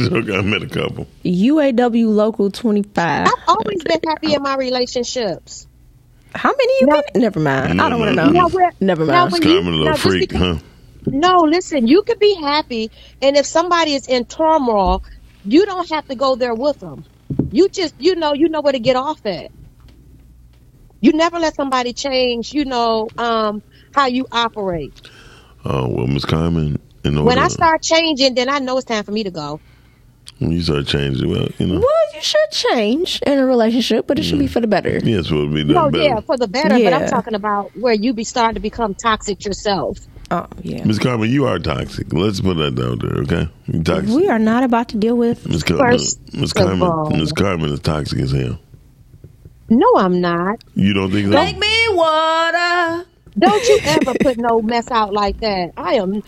S6: *laughs* I met a couple.
S5: UAW Local 25.
S14: I've always been happy in my relationships.
S5: How many you been? Never mind. I don't want to know.
S14: Now, where-
S5: Never
S14: now,
S5: mind.
S14: when you-
S6: Carmen, a
S14: now,
S6: little
S14: just
S6: freak,
S14: because-
S6: huh?
S14: No, listen, you could be happy, and if somebody is in turmoil, you don't have to go there with them. You just, you know, you know where to get off at. You never let somebody change, you know, um, how you operate.
S6: Oh well, Miss Carmen. In order,
S14: When I start changing, then I know it's time for me to go.
S6: when you start changing, well, you know,
S5: Well, you should change in a relationship, but it should be for the better.
S6: yes, we'll be done
S14: No,
S6: Mm, better.
S14: Oh, yeah, for the better. But
S5: Yeah.
S14: I'm talking about where you be starting to become toxic yourself.
S5: Oh, yeah.
S6: Miss Carmen, you are toxic. Let's put that down there, okay? You toxic.
S5: We are not about to deal with.
S6: Miss Carmen,
S14: First
S6: Miss
S14: of
S6: Carmen,
S14: all-
S6: Miss Carmen is toxic as hell.
S14: No, I'm not.
S6: You don't think so?
S7: Make me water.
S14: Don't you
S5: *laughs*
S14: ever put no mess out like that. I am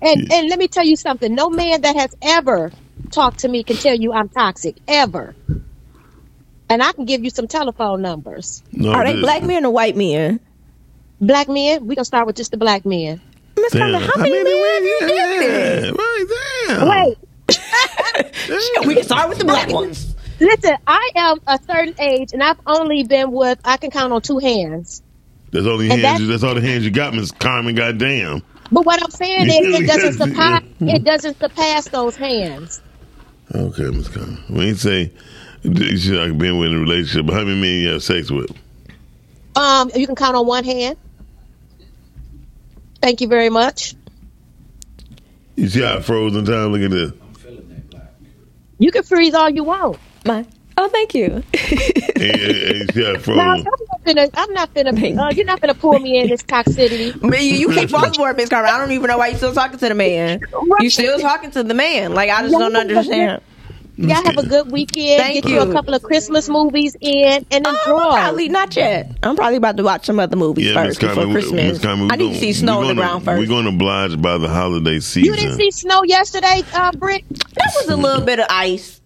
S14: and and let me tell you something. No man that has ever talked to me can tell you I'm toxic. Ever. And I can give you some telephone numbers.
S6: no,
S5: Are they
S6: this-
S5: black men or white men?
S14: Black men, we gonna start with just the black men.
S5: Miss
S6: Damn.
S5: Carmen, how many men have you dated?
S6: Yeah, right, damn.
S14: Wait,
S6: Damn.
S7: We can start with the black ones.
S14: listen, I am a certain age and I've only been with I can count on two hands.
S6: That's all the
S14: And
S6: hands.
S14: that-
S6: you, that's all the hands you got, Miss Carmen. Goddamn.
S14: But what I'm saying is it doesn't
S6: Yeah.
S14: surpass it doesn't surpass those hands.
S6: Okay, Miss Carmen. We ain't say she's like been with in a relationship. But how many men you have sex with?
S14: Um you can count on one hand. Thank you very much.
S6: You see how I froze in time? Look at this.
S14: You can freeze all you want.
S5: My. Oh, thank you.
S6: Hey, hey, hey, you see how I
S14: No,
S6: froze?
S14: I'm not finna. I'm not finna. Uh, you're not finna pull me in this toxicity.
S7: Man, you, you
S6: *laughs*
S7: keep falling for it, Miss Carmen. I don't even know why you still talking to the man. You still talking to the man. Like I just
S14: Yeah,
S7: don't
S14: but-
S7: understand.
S14: Y'all have a good weekend.
S7: Thank
S14: Get you
S7: you.
S14: a couple of Christmas movies in and enjoy.
S5: Oh, probably not yet. I'm probably about to watch some other movies
S6: Yeah, Miss
S5: first before
S6: Carmen. we- Miss
S5: Christmas.
S6: Carmen we
S7: I need to
S6: gonna-
S7: see snow
S6: we
S7: on the
S6: gonna-
S7: ground first.
S6: We're going to oblige by the holiday season.
S14: you didn't see snow yesterday, uh, Britt.
S7: That was a little bit of ice.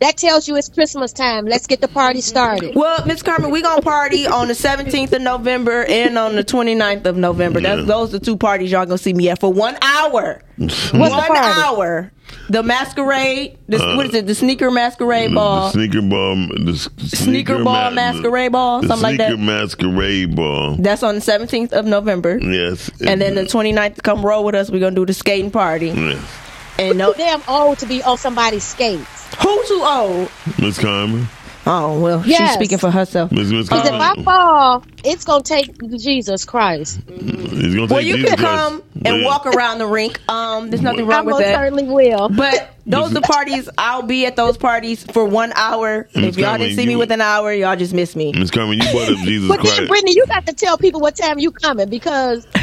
S14: That tells you it's Christmas time. Let's get the party started.
S7: Well, Miss Carmen, we gonna party on the 17th of November and on the 29th of November. That's
S6: Yeah.
S7: those the two parties y'all gonna see me at for one
S6: *laughs*
S7: hour.
S14: What's
S7: one
S14: the party?
S7: hour. The masquerade. The,
S6: Uh,
S7: what is it? The sneaker masquerade
S6: The-
S7: ball.
S6: The sneaker ball, the s- sneaker,
S7: ball,
S6: the-
S7: masquerade ball,
S6: the
S7: something like that.
S6: Sneaker masquerade ball.
S7: That's on the 17th of November.
S6: Yes.
S7: And then the 29th, come roll with us. We're gonna do the skating party.
S6: Yes.
S7: And
S14: No
S7: no,
S14: damn old to be on somebody's skates.
S7: who too old?
S6: Miss Carmen,
S7: Oh well, she's
S14: Yes.
S7: speaking for herself.
S6: Miss Miss
S14: Cause if I
S6: Carmen,
S14: fall, it's gonna take Jesus Christ.
S6: it's gonna
S7: Well,
S6: take
S7: you
S6: Jesus
S7: can
S6: Christ.
S7: come and
S6: Yeah.
S7: walk around the rink. Um, there's nothing
S14: I
S7: wrong with
S14: most
S7: that.
S14: certainly will.
S7: But those are the parties. I'll be at those parties for one hour.
S6: And
S7: If
S6: Miss
S7: y'all
S6: Carmen,
S7: didn't see me
S6: you-
S7: with an hour, y'all just missed me.
S6: Miss Carmen, you
S7: *laughs*
S6: brought up Jesus
S14: But then,
S6: Christ.
S14: Brittany, you got to tell people what time you coming because
S7: *laughs*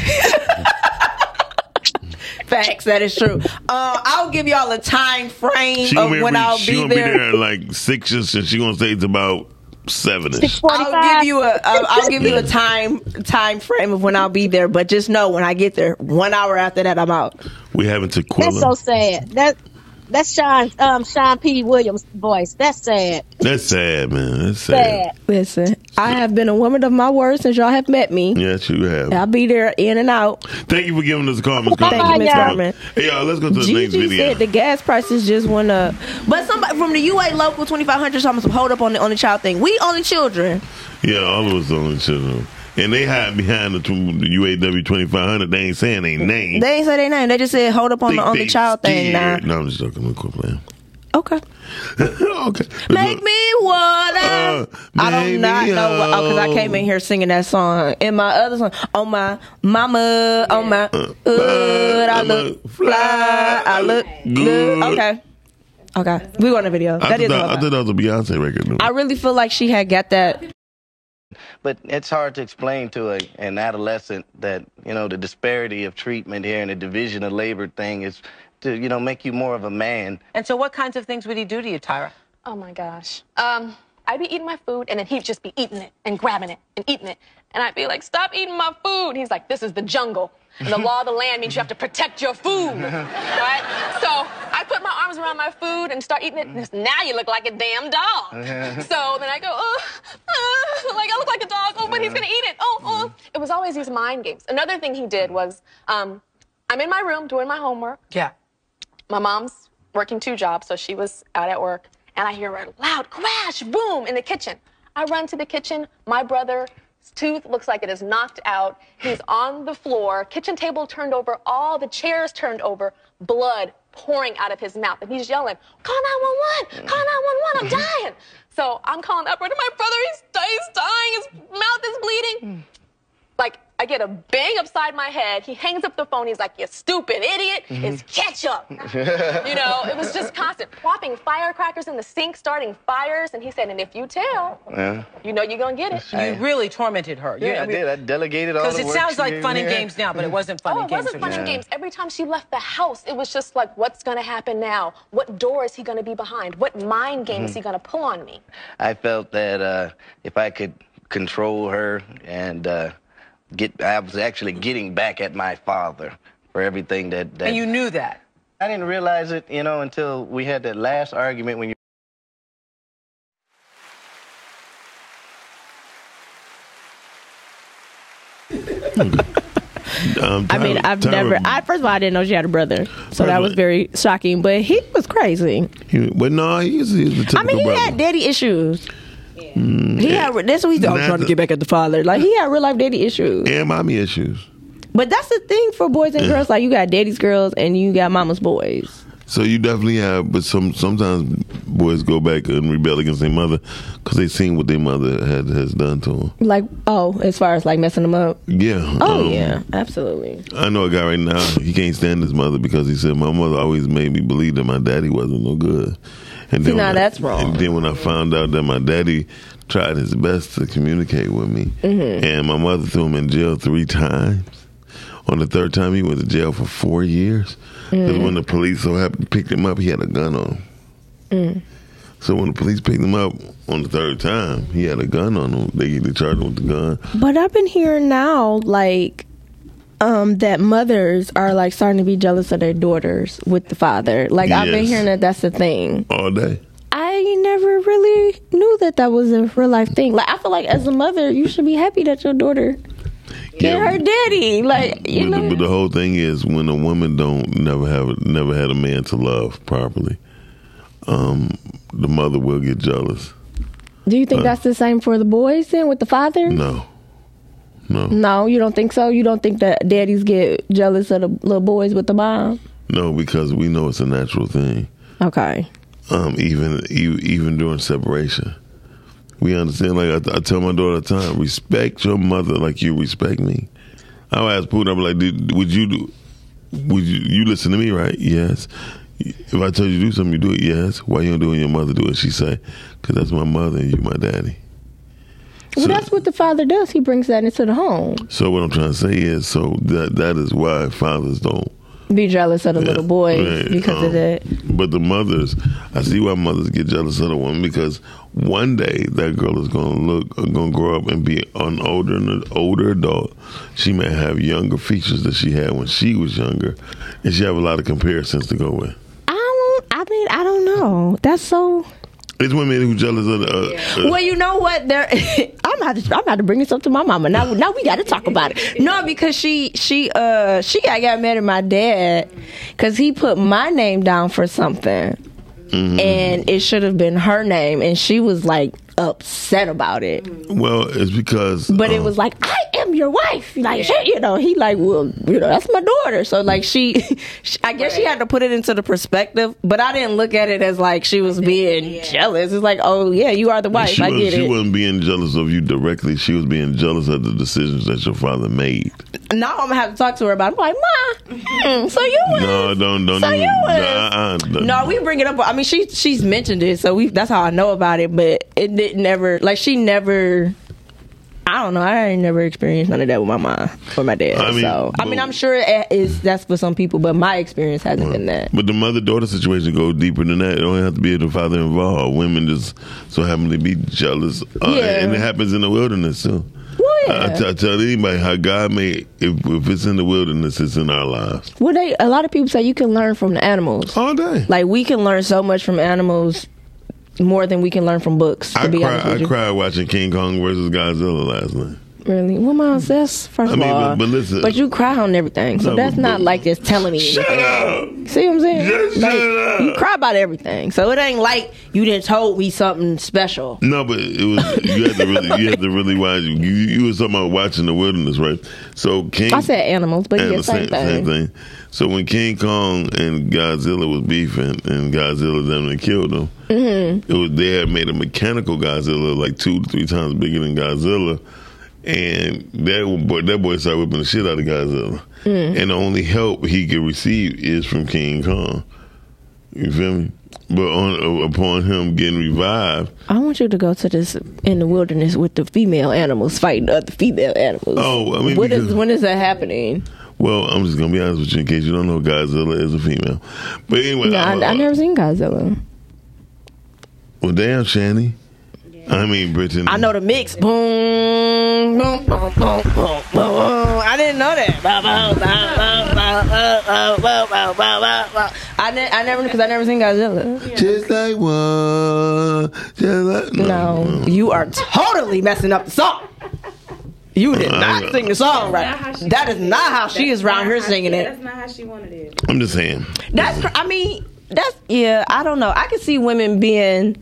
S7: Facts, that is true. Uh, I'll give y'all a time frame
S6: She
S7: of
S6: gonna be,
S7: uh, when I'll
S6: she
S7: be
S6: gonna
S7: there.
S6: be there at
S14: *laughs*
S6: like six ish, and she gonna stay to about seven ish.
S7: I'll give you a I'll, I'll give you a time time frame of when I'll be there, but just know when I get there, one hour after that, I'm out.
S6: We having Tequila.
S14: That's so sad. That that's Sean um Sean P. Williams voice. That's sad.
S6: That's sad, man. That's sad.
S5: Listen, I have been a woman of my word since y'all have met me.
S6: Yes, you have.
S5: I'll be there in and
S6: *laughs*
S5: out.
S6: Thank you for giving us a call, Ms.
S5: Thank you,
S6: Carmen.
S5: Ms. Carmen.
S6: Hey, y'all, let's go to the next
S5: Gigi
S6: video.
S5: said the gas prices just went up.
S7: But somebody from the UA local 2500 talking some hold up on the on the child thing. We only children.
S6: Yeah, all of us on each other. And they hide behind the tw- the UAW 2500. They ain't saying their name.
S7: They ain't say their name. They just said hold up on
S6: Think
S7: the only
S6: Mm. they
S7: child thing. Nah.
S6: scared. No, I'm just joking. I'm quit playing.
S7: Okay.
S6: *laughs* okay. Uh,
S7: Make me water. I don't not know what, oh, because I came in here singing that song. And my other song, oh my mama, oh my,
S6: Uh,
S7: good, I look fly, I look good. Okay. Okay. We want a video.
S6: I,
S7: That
S6: thought,
S7: is
S6: that- I
S7: all.
S6: thought that was a Beyonce record.
S7: I really feel like she had got that.
S13: But it's hard to explain to a, an adolescent that, you know, the disparity of treatment here and the division of labor thing is to, you know, make you more of a man.
S16: And so, what kinds of things would he do to you, Tyra?
S17: Oh my gosh. Um, I'd be eating my food and then he'd just be eating it and grabbing it and eating it. And I'd be like, stop eating my food. And he's like, this is the jungle. And the law of the land means you have to protect your food. right? So I put my arms around my food and start eating it. And now you look like a damn dog. so then I go, oh, like I look like a dog. Oh, but he's gonna eat it. Oh, oh. It was always these mind games. Another thing he did was, um, I'm in my room doing my homework.
S16: Yeah.
S17: My mom's working two jobs, so she was out at work, and I hear a loud crash, boom, in the kitchen. I run to the kitchen. My brother's tooth looks like it is knocked out. He's on the floor, kitchen table turned over, all the chairs turned over, blood pouring out of his mouth, and he's yelling, "Call 911! Call 911! I'm dying!" So I'm calling up right to my brother. He's, he's dying. His mouth is bleeding like I get a bang upside my head. He hangs up the phone. He's like, "You stupid idiot!
S18: Mhm.
S17: It's ketchup." *laughs* you know, it was just constant popping firecrackers in the sink, starting fires. And he said, "And if you tell,
S13: Yeah.
S17: you know you're gonna get it."
S16: You really tormented her.
S13: Yeah, I did. I delegated all the
S16: Because it
S13: work
S16: sounds
S13: she
S16: like
S13: did
S16: fun and
S13: here.
S16: games now, but it wasn't fun
S17: Oh,
S16: and
S17: it
S16: games.
S17: wasn't
S16: for
S17: fun and
S16: you.
S17: games. Every time she left the house, it was just like, what's going to happen now? What door is he going to be behind? What mind game is
S13: Mhm.
S17: he going to pull on me?
S13: I felt that uh, if I could control her and uh, get, I was actually getting back at my father for everything that. that
S16: And you knew that.
S13: I didn't realize it, you know, until we had that last argument when you.
S6: Um,
S5: I mean,
S6: Tyra-
S5: I've
S6: Tyra-
S5: never. I first of all, I didn't know she had a brother, so that was
S6: Perfect.
S5: very shocking. But he was crazy.
S6: He- but no, he's, he's the typical
S5: I mean, he
S6: brother.
S5: had daddy issues.
S6: Mm,
S5: He
S6: yeah.
S5: had. That's what he's
S6: Not
S5: always trying to
S6: the-
S5: get back at the father. Like he had real life daddy issues.
S6: and mommy issues.
S5: But that's the thing for boys and girls. Like you got daddy's girls and you got mama's boys.
S6: So you definitely have, but some sometimes boys go back and rebel against their mother because they seen what their mother had has done to them.
S5: Like oh, as far as like messing them up.
S6: Yeah.
S5: Oh
S6: um,
S5: yeah, absolutely.
S6: I know a guy right now. He can't stand his mother because he said my mother always made me believe that my daddy wasn't no good. And
S5: See, now
S6: when I-
S5: that's wrong.
S6: And then when I found out that my daddy tried his best to communicate with me,
S5: Mhm.
S6: and my mother threw him in jail three times. On the third time, he went to jail for four years. 'Cause
S5: Mm.
S6: when the police so happened picked him up, he had a gun on him.
S5: Mm.
S6: So when the police picked him up on the third time, he had a gun on him. They they charged him with the gun.
S5: But I've been hearing now, like, um, that mothers are like starting to be jealous of their daughters with the father. Like I've been
S6: Yes.
S5: hearing that that's the thing.
S6: all day.
S5: I never really knew that that was a real life thing. Like I feel like as a mother, you should be happy that your daughter get her daddy. Like you
S6: But
S5: know,
S6: the, but the whole thing is when a woman don't never have never had a man to love properly, um, the mother will get jealous.
S5: do you think
S6: Uh,
S5: that's the same for the boys then with the father?
S6: No, no,
S5: No, you don't think so. You don't think that daddies get jealous of the little boys with the mom?
S6: no, because we know it's a natural thing.
S5: Okay.
S6: Um, even e- even during separation, we understand. Like I, I tell my daughter all the time, respect your mother like you respect me. I'll ask Putin. I'm like, Did, would you do? Would you, you listen to me? Right? Yes. If I tell you to do something, you do it. Yes. Why you don't doing your mother do it? She say, because that's my mother and you my daddy.
S5: Well, that's what the father does. He brings that into the home.
S6: So what I'm trying to say is, so that that is why fathers don't
S7: be jealous of the little boys
S6: Right,
S7: because of
S6: um,
S7: that.
S6: But the mothers, I see why mothers get jealous of the woman because one day that girl is going to look, going to grow up and be an older, an older adult. She may have younger features that she had when she was younger, and she have a lot of comparisons to go with.
S5: I don't. I mean, I don't know. That's so.
S6: It's women who jealous of the. Uh, uh,
S5: Well, you know what?
S7: *laughs*
S5: There, I'm about to. I'm about to bring this up to my mama. Now, now we got to talk about it.
S7: No, because she she uh she got got mad at my dad because he put my name down for something, and it should have been her name, and she was like upset about it.
S6: well, it's because.
S7: But it
S6: um,
S7: was like I am your wife, like shit, you know. He like, well, you know, that's my daughter. So like she, *laughs* she I guess she had to put it into the perspective. But I didn't look at it as like she was being jealous. It's like, oh yeah, you are the wife.
S6: She,
S7: I
S6: was,
S7: get
S6: she
S7: it.
S6: wasn't being jealous of you directly. She was being jealous of the decisions that your father made.
S7: Now I'm gonna have to talk to her about. It. I'm like, ma, hmm, so you was
S6: No, don't, don't.
S7: So
S6: even-
S7: you was-
S6: Nuh-uh, don't-
S7: No, we bring it up. I mean, she she's mentioned it, so we that's how I know about it. But it did never like she never. I don't know. I ain't never experienced none of that with my mom or my dad.
S6: I mean,
S7: so I
S6: but-
S7: mean, I'm sure it is that's for some people, but my experience hasn't been that.
S6: But the mother daughter situation goes deeper than that. It don't have to be the father involved. Women just so happen to be jealous, uh,
S7: Yeah. Oh,
S6: and it happens in the wilderness too. I
S7: yeah.
S6: t- I tell anybody how God made if, if it's in the wilderness, it's in our lives.
S7: Well, they a lot of people say you can learn from the animals
S6: all day.
S7: Like we can learn so much from animals, more than we can learn from books. To
S6: I
S7: be
S6: cried.
S7: honest with
S6: I
S7: you,
S6: cried watching King Kong versus Godzilla last night.
S7: really. Well, Miles, that's first
S6: I mean,
S7: of all.
S6: but- but listen.
S7: you cry on everything, so
S6: No,
S7: that's
S6: but-
S7: not like it's telling me.
S6: Shut
S7: anything.
S6: up!
S7: See what I'm saying?
S6: Just
S7: Like,
S6: shut up.
S7: You cry about everything, so it ain't like you didn't told me something special.
S6: No, but it was you had to really you had to really watch. You, you was talking about watching the wilderness, right? So King,
S7: I said animals, but
S6: And
S7: yeah,
S6: the
S7: same, thing.
S6: So when King Kong and Godzilla was beefing, and Godzilla them and killed him,
S7: Mhm.
S6: it was they had made a mechanical Godzilla like two to three times bigger than Godzilla, and that boy that boy started whipping the shit out of Godzilla,
S18: Mm.
S6: and the only help he could receive is from King Kong. You feel me? But on uh, upon him getting revived,
S7: I want you to go to this in the wilderness with the female animals fighting other female animals.
S6: Oh, I mean,
S7: What is-
S6: because-
S7: when is that happening?
S6: well, I'm just gonna be honest with you in case you don't know, Godzilla is a female. But anyway,
S7: no,
S6: uh,
S7: I, I never seen Godzilla.
S6: well, damn, Shani. I mean, Britain.
S7: I know the mix. Boom, boom, boom, boom, boom, boom. I didn't know that. Bow, bow, bow, bow, bow, bow, bow, bow, bow, bow, bow. I, ne- I never because I never seen Godzilla.
S6: Just like one. Just like,
S7: no, you are totally messing up the song. You did
S6: Uh,
S7: not
S6: I-
S7: sing the song right. That is not how she is around here singing it.
S8: That's not how she wanted it.
S6: I'm just saying.
S7: That's cr- I mean that's yeah I don't know I can see women being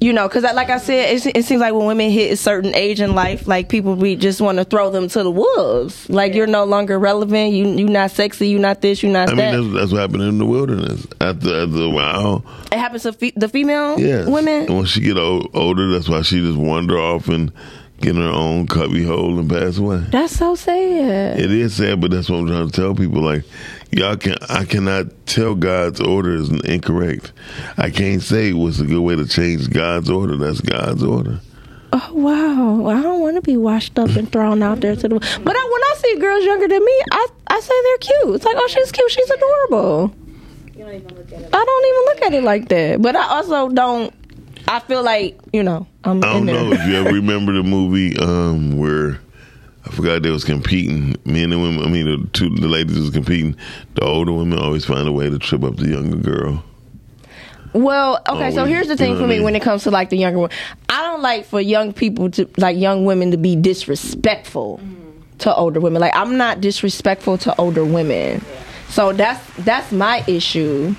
S7: you know because like I said it, se- it seems like when women hit a certain age in life like people we just want to throw them to the wolves like you're no longer relevant you you not sexy you not this you not
S6: I mean,
S7: that
S6: that's, that's what happened in the wilderness. After, after a while,
S7: it happens to fe- the female
S6: yes.
S7: women
S6: And when she get o- older, that's why she just wander off and get in her own cubby hole and pass away.
S7: that's so sad
S6: It is sad, but that's what I'm trying to tell people. Like, y'all can I cannot tell God's order is incorrect. I can't say what's a good way to change God's order. That's God's order.
S5: Oh wow! Well, I don't want to be washed up and thrown out there to the. But I, when I see girls younger than me, I I say they're cute. It's like, oh, she's cute. She's adorable.
S7: I don't even look at it like that but I also don't I feel like you know I'm
S6: I
S7: in
S6: don't
S7: there.
S6: know if you ever remember the movie um, where I forgot they was competing. Men and women. I mean, the two the ladies was competing. The older women always find a way to trip up the younger girl.
S7: Well, okay,
S6: Oh,
S7: so
S6: we-
S7: here's the
S6: you
S7: thing
S6: know
S7: for
S6: what I
S7: me
S6: mean?
S7: when it comes to like the younger one. I don't like for young people to like young women to be disrespectful
S6: Mm-hmm.
S7: to older women. Like I'm not disrespectful to older women. So that's that's my issue.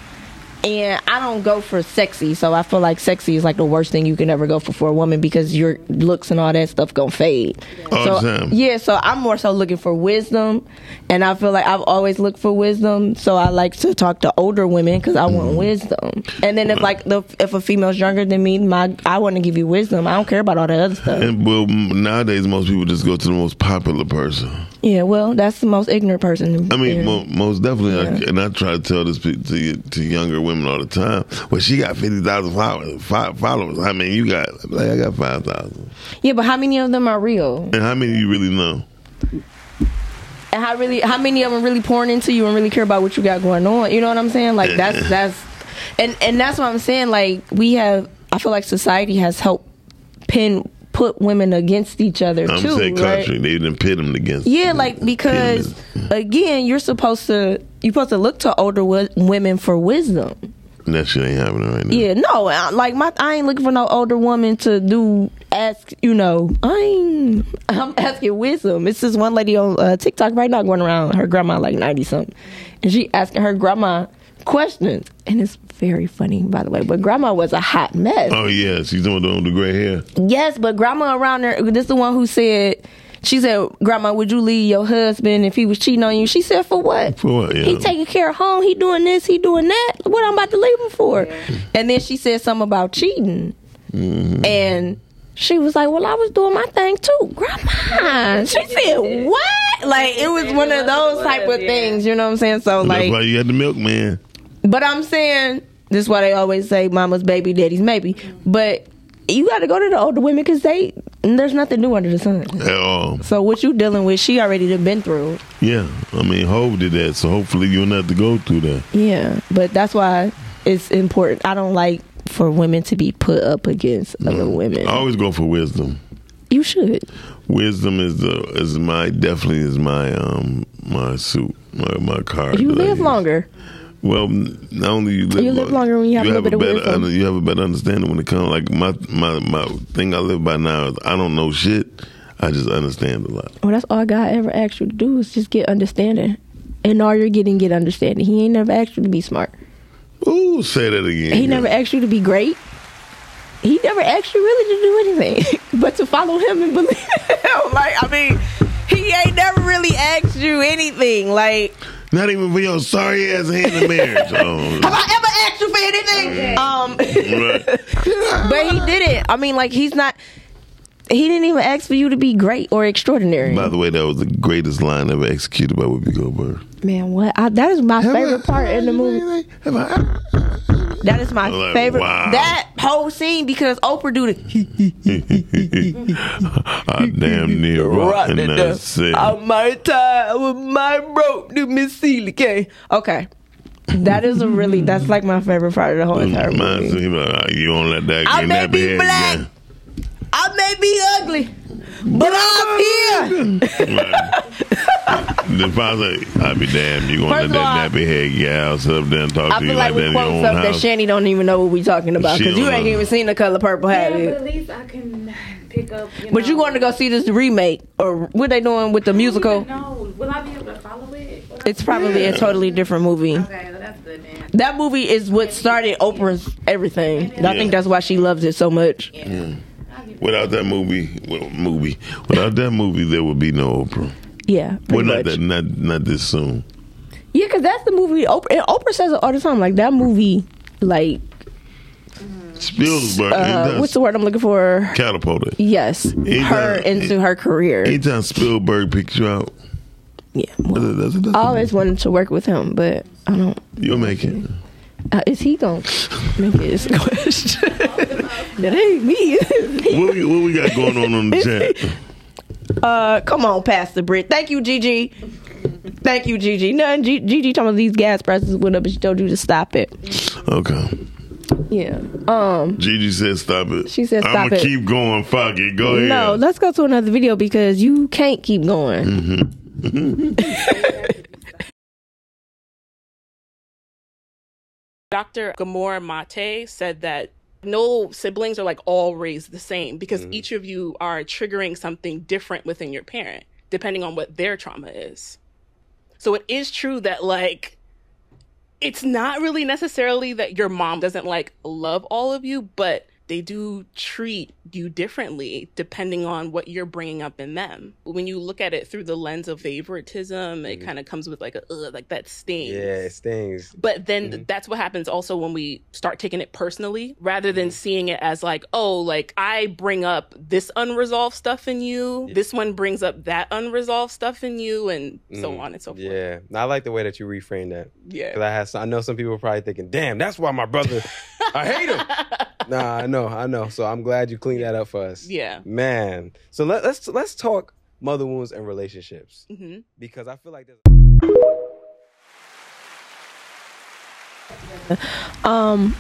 S7: And I don't go for sexy, so I feel like sexy is like the worst thing you can ever go for for a woman because your looks and all that stuff gonna fade.
S6: All
S7: so,
S6: the time.
S7: yeah, so I'm more so looking for wisdom, and I feel like I've always looked for wisdom. So I like to talk to older women because I
S6: Mm-hmm.
S7: want wisdom. And then if like the if a female's younger than me, my I want to give you wisdom. I don't care about all the other
S6: *laughs*
S7: stuff.
S6: And well, m- nowadays most people just go to the most popular person.
S7: Yeah, well, that's the most ignorant person.
S6: I mean,
S7: there.
S6: mo- most definitely. I, and I try to tell this pe- to to younger women all the time. Well, she got fifty thousand followers. Five followers. I mean, you got like I got five thousand.
S7: yeah, but how many of them are real?
S6: And how many you really know?
S7: And how really how many of them really pouring into you and really care about what you got going on? You know what I'm saying? Like that's that's and and that's what I'm saying. Like we have, I feel like society has helped pin put women against each other
S6: I'm
S7: too.
S6: saying
S7: right?
S6: country. They didn't pit them against.
S7: Yeah, like because again, you're supposed to you're supposed to look to older wo- women for wisdom.
S6: That shit ain't happening right now.
S7: Yeah, no, I- like my, I ain't looking for no older woman to do ask. You know, I ain't. I'm asking wisdom. It's this one lady on uh, TikTok right now going around her grandma like ninety something, and she asking her grandma questions, and it's very funny by the way. But grandma was a hot mess.
S6: Oh yeah, she's doing the, the gray hair.
S7: Yes, but grandma around there, this the one who said, she said, Grandma, would you leave your husband if he was cheating on you? She said, for what?
S6: For what? Yeah.
S7: He taking care of home, he doing this, he doing that. What I'm about to leave him for? And then she said something about cheating.
S6: Mm-hmm.
S7: And she was like, Well, I was doing my thing too, Grandma. She said, What? Like, it was one of those type of things, you know what I'm saying? So,
S6: That's
S7: like,
S6: why you got the milkman.
S7: but I'm saying this is why they always say mama's baby, daddy's maybe. But you got to go to the older women because they there's nothing new under the sun.
S6: At all.
S7: So what you dealing with, she already done been through.
S6: Yeah, I mean, Hove did that, so hopefully you don't have to go through that.
S7: Yeah, but that's why it's important. I don't like for women to be put up against other women.
S6: I always go for wisdom.
S7: You should.
S6: Wisdom is the is my definitely is my um my suit my my card.
S7: you
S6: that I
S7: live
S6: use.
S7: longer.
S6: Well, n- not only you live,
S7: You live longer when you have a little bit of
S6: better
S7: wisdom.
S6: under- you have a better understanding when it comes. Like my my my thing I live by now is I don't know shit. I just understand a lot.
S7: Well, that's all God ever asked you to do is just get understanding. And all you're getting get understanding. He ain't never asked you to be smart.
S6: Ooh, say that again.
S7: He never asked you to be great. He never asked you really to do anything *laughs* but to follow him and believe him. Like, I mean, he ain't never really asked you anything. Like,
S6: Not even for your sorry ass hand in
S7: *laughs*
S6: marriage. Oh,
S7: have I ever asked you for anything? Um, *laughs*
S6: right.
S7: but he didn't. I mean, like, he's not. He didn't even ask for you to be great or extraordinary.
S6: By the way, that was the greatest line ever executed by Whoopi Goldberg. *laughs*
S7: Man, what? I, that is my
S6: Have I-
S7: favorite part in the movie. That is my
S6: Like,
S7: favorite.
S6: wow.
S7: That whole scene because Oprah do the.
S6: I damn near
S7: Right,
S6: rotten
S7: that-
S6: that shit.
S7: On my tie with my rope to Miss Celia K. Okay. That is a really that's like my favorite part of the whole entire movie.
S6: Mine seem like, you don't let that
S7: I
S6: get
S7: may
S6: that
S7: be
S6: bad,
S7: black.
S6: yeah.
S7: I may be ugly, but I'm here.
S6: The father, I be damned. You gonna
S7: First
S6: let that
S7: of
S6: nappy head gal sit up there and talk
S7: I
S6: to you
S7: feel like
S6: like,
S7: we
S6: that in your
S7: quote
S6: own
S7: stuff that
S6: house?
S7: Shanny don't even know what we talking about
S6: She
S7: because you
S6: don't
S7: ain't
S6: know.
S7: even seen the color purple
S8: Yeah,
S7: hat
S8: but
S7: yet.
S8: at least I can pick up. You know,
S7: But you going to go see this remake or what they doing with the musical?
S8: No, will I be able to follow it?
S7: It's probably a totally different movie.
S8: Okay, well, that's good then.
S7: That movie is what started Oprah's everything. And I think that's why she loves it so much.
S6: Yeah. Without that movie, well, movie. Without that movie, there would be no Oprah.
S7: Yeah.
S6: Well, not that, not not this soon.
S7: Yeah, because that's the movie Oprah and Oprah says it all the time. Like that movie, like
S6: Spielberg.
S7: uh,
S6: Uh,
S7: what's the word I'm looking for?
S6: catapulted?
S7: Yes. Her into her career.
S6: Anytime Spielberg picks you out,
S7: yeah,
S6: that's, that's,
S7: I always wanted to work with him, but I don't
S6: you'll make it.
S7: uh, is he gonna make it is the question. *laughs* that ain't me. *laughs*
S6: What we, what we got going on on the chat?
S7: Uh, come on, Pastor Britt. Thank you, Gigi. Thank you, Gigi. None. G- Gigi talking about these gas prices went up, and she told you to stop it.
S6: Okay.
S7: Yeah. Um.
S6: Gigi said, "Stop it."
S7: She said,
S6: I'm
S7: "Stop
S6: gonna
S7: it."
S6: keep going. Fuck it. Go ahead.
S7: No, let's go to another video because you can't keep going.
S6: Mm-hmm.
S18: Dr. Gamora Mate said that no siblings are like all raised the same because each of you are triggering something different within your parent, depending on what their trauma is. So it is true that, like, it's not really necessarily that your mom doesn't like love all of you, but they do treat you differently depending on what you're bringing up in them. When you look at it through the lens of favoritism, it kind of comes with like a Ugh, like that sting.
S19: Yeah, it stings.
S18: But then that's what happens also when we start taking it personally rather than seeing it as like, oh, like I bring up this unresolved stuff in you. This one brings up that unresolved stuff in you and so
S19: Mm,
S18: on and so forth.
S19: Yeah, No, I like the way that you reframe that.
S18: Yeah.
S19: because I have. Some, I know some people are probably thinking, "Damn, that's why my brother." I hate him.
S18: *laughs*
S19: nah, I know, I know. So I'm glad you cleaned that up for us.
S18: Yeah.
S19: man. So let, let's let's talk mother wounds and relationships
S18: Mhm.
S19: because I feel like there's
S7: Um,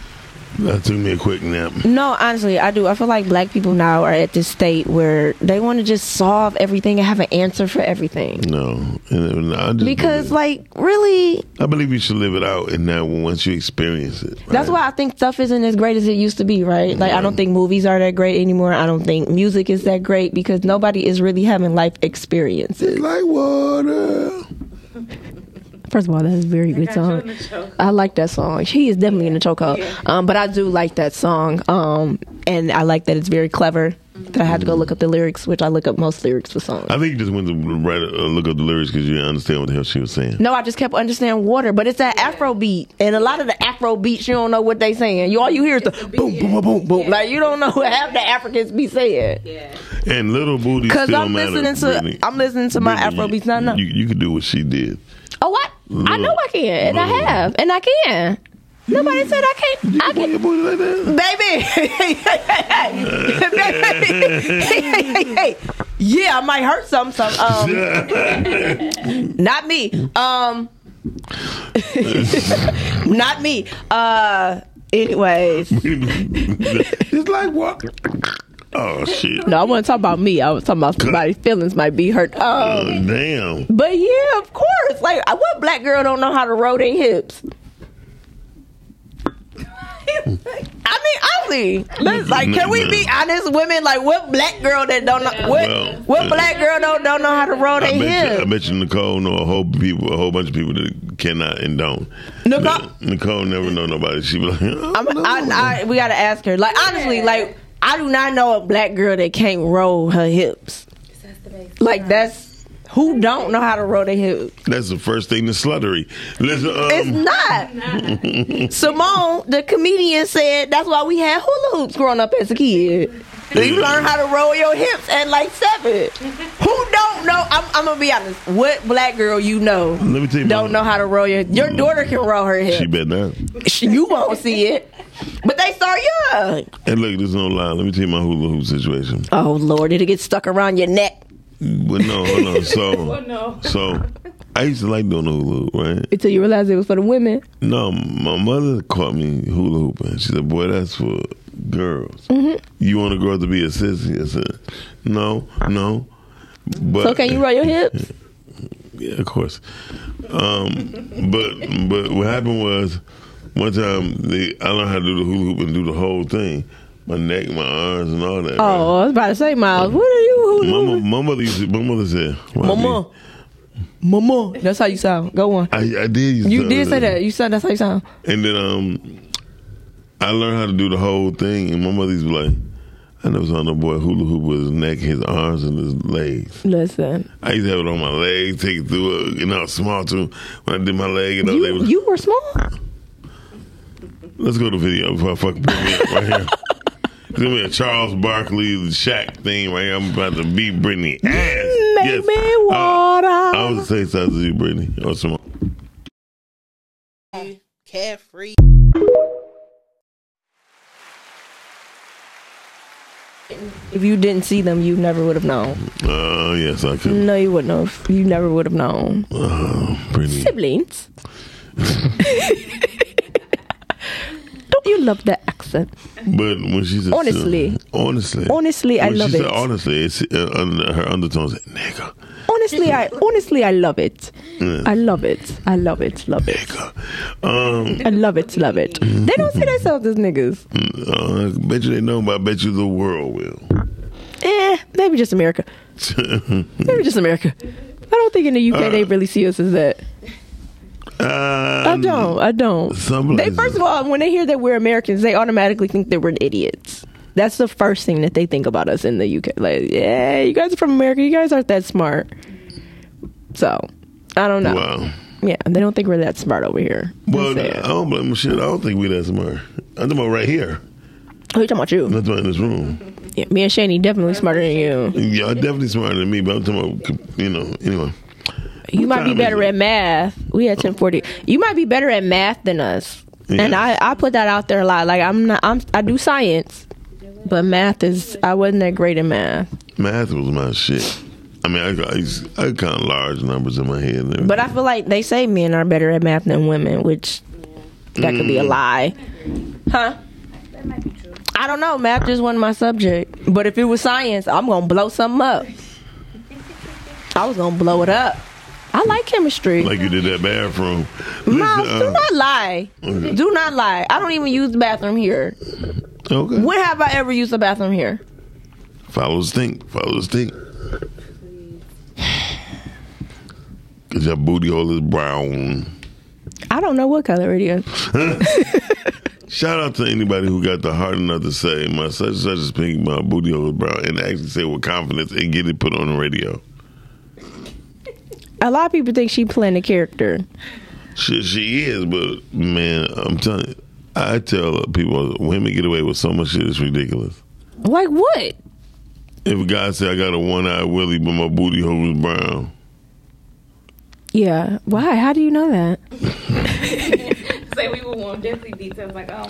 S6: That took me a quick nap.
S7: no, honestly, I do. I feel like black people now are at this state where they want to just solve everything and have an answer for everything.
S6: No, And- and I just
S7: Because, like, really,
S6: I believe you should live it out, and now once you experience it,
S7: That's why I think stuff isn't as great as it used to be, right? Like I don't think movies are that great anymore. I don't think music is that great because nobody is really having life experiences.
S6: Like water.
S7: First of all, that's a very good song. I like that song. She is definitely in the chokehold. Um, but I do like that song. Um, and I like that it's very clever. That I had to go look up the lyrics, which I look up most lyrics for songs.
S6: I think you just went to write, uh, look up the lyrics because you didn't understand what the hell she was saying.
S7: No, I just kept understanding water, but it's that Afro beat, and a lot of the Afro beats you don't know what they saying. You all you hear is the boom, boom, boom, boom, boom. Like you don't know what half the Africans be saying.
S6: And little booty
S7: Because
S6: still
S7: I'm
S6: matter,
S7: listening to
S6: Brittany.
S7: I'm listening to my
S6: Brittany,
S7: Afrobeats. No, no.
S6: You, you could do what
S7: *laughs*
S6: she did. *laughs*
S7: Oh, what? I know I can, and I have, and I can. Nobody said I can't. I can, *laughs*
S6: *laughs*
S7: baby. *laughs* Hey, hey, hey. yeah, I might hurt some. Some. *laughs* Um, *clears throat* not me. Um, *laughs* not me. Uh, anyways.
S6: It's like what? Oh shit.
S7: No, I want to talk about me. I was talking about somebody's feelings might be hurt. Um,
S6: Oh, damn.
S7: But yeah, of course. Like, I- what black girl don't know how to roll their hips? *laughs* I mean, honestly, let's, like, can we be honest, women? Like, what black girl that don't know what
S6: Well,
S7: what
S6: uh,
S7: black girl don't don't know how to roll
S6: I
S7: their
S6: bet, you, I
S7: hips?
S6: bet you Nicole know a whole people, a whole bunch of people that cannot and don't.
S7: Nicole,
S6: Nicole never know nobody. She be like, oh,
S7: I'm, I, I, we gotta ask her. Like, honestly, like, I do not know a black girl that can't roll her hips. Like, that's who don't know how to roll their hips.
S6: that's the first thing to sluttery. Listen, um,
S7: It's not. Simone, the comedian, said that's why we had hula hoops growing up as a kid. You learn how to roll your hips at like seven. Who don't know? I'm, I'm gonna be honest. What black girl you know
S6: Let me tell you
S7: don't know how to roll your? Your daughter can roll her
S6: *laughs* She
S7: hips.
S6: bet not.
S7: *laughs* You won't see it, but they start young.
S6: And look, there's no lie. Let me tell you my hula hoop situation.
S7: Oh Lord, it'll get stuck around your neck.
S6: But no, hold on. So,
S7: *laughs* Oh, no.
S6: so I used to like doing the hula hoop, right?
S7: Until you realize it was for the women.
S6: No, my mother caught me hula hooping. She said, "Boy, that's for girls.
S7: Mm-hmm.
S6: You want a girl to be a sissy?" I said, "No, no." But
S7: so can you roll your hips?
S6: *laughs* Yeah, of course. Um, but but what happened was one time they, I learned how to do the hula hoop and do the whole thing, my neck, my arms, and all that. right?
S7: Oh, I was about to say, Miles,
S6: Mm-hmm.
S7: what are you?
S6: My, mo- my mother used to, my mother said, "Why me?"
S7: Mama. Mama. That's how you sound. Go on.
S6: I, I did. Used
S7: You
S6: to-
S7: did say that. You said that's how you sound.
S6: And then um, I learned how to do the whole thing, and my mother used to be like, "I never saw no boy hula hoop with his neck, his arms, and his legs."
S7: Listen.
S6: I used to have it on my legs, take it through, it, and I was small too. When I did my leg, and you, know, they was,
S7: You were small?
S6: Let's go to video before I fucking bring me up
S7: *laughs*
S6: right here. It's gonna be a Charles Barkley Shaq thing right here. I'm about to beat Brittany ass. Yes. Uh,
S7: water.
S6: I was say size to you, Brittany. Or some
S7: *laughs*
S20: Carefree.
S7: If you didn't see them, you never would have known.
S6: Oh yes, I could.
S7: No, you wouldn't have. You never would have known.
S6: Oh, Brittany. *laughs*
S7: Siblings. *laughs* Don't you love that accent?
S6: But when she said
S7: Honestly.
S6: honestly,
S7: Honestly, I
S6: When she
S7: love
S6: said
S7: it.
S6: Honestly, it's, uh, under, her undertone said nigga.
S7: Honestly, I honestly I love it.
S6: Yeah.
S7: I love it. I love it. Love it.
S6: Um,
S7: I love it. Love it. They don't see themselves as niggas.
S6: uh, I bet you they know, but I bet you the world will.
S7: Eh, maybe just America.
S6: *laughs*
S7: Maybe just America. I don't think in the
S6: Uh,
S7: UK they really see us as that. I don't. I don't.
S6: Um, Some
S7: They first of all, when they hear that we're Americans, they automatically think that we're idiots. That's the first thing that they think about us in the UK. Like, yeah, you guys are from America. You guys aren't that smart. So, I don't know.
S6: Wow.
S7: Yeah, they don't think we're that smart over here.
S6: Well, I don't blame them. Shit, I don't think we that smart. I'm talking about right
S7: Who
S6: here.
S7: you Oh, talking about you?
S6: I'm talking about in this room.
S7: Yeah, me and Shani definitely smarter than you.
S6: Y'all definitely smarter than me, but I'm talking about you know. Anyway,
S7: You might be better at math. We had ten forty. You might be better at math than us. And I, I put that out there a lot. Like I'm not I'm I do science, but math is I wasn't that great in math.
S6: math was my shit. I mean, I, I, I count large numbers in my head. There.
S7: But I feel like they say men are better at math than women, which that could be a
S6: Mm.
S7: lie. Huh? I don't know. Math just wasn't my subject. But if it was science, I'm going to blow something up. I was going to blow it up. I like chemistry.
S6: like you did that bathroom.
S7: Mouse,
S6: Listen,
S7: do
S6: uh,
S7: not lie.
S6: okay.
S7: Do not lie. I don't even use the bathroom here.
S6: uh, Okay.
S7: When have I ever used the bathroom here?
S6: Follow the stink. Follow the stink. *sighs* Cause your booty hole is brown.
S7: I don't know what color it is.
S6: *laughs* Shout out to anybody who got the heart enough to say my such and such is pink, my booty hole is brown, and actually say it with confidence and get it put on the radio.
S7: A lot of people think she playing a character.
S6: She, she is, but man, I'm telling you, I tell people women get away with so much shit. It's ridiculous.
S7: Like what?
S6: If a guy say I got a one eyed willy, but my booty hole is brown,
S7: Yeah. Why? How do you know that?
S8: *laughs* Say we would want definitely details like, oh,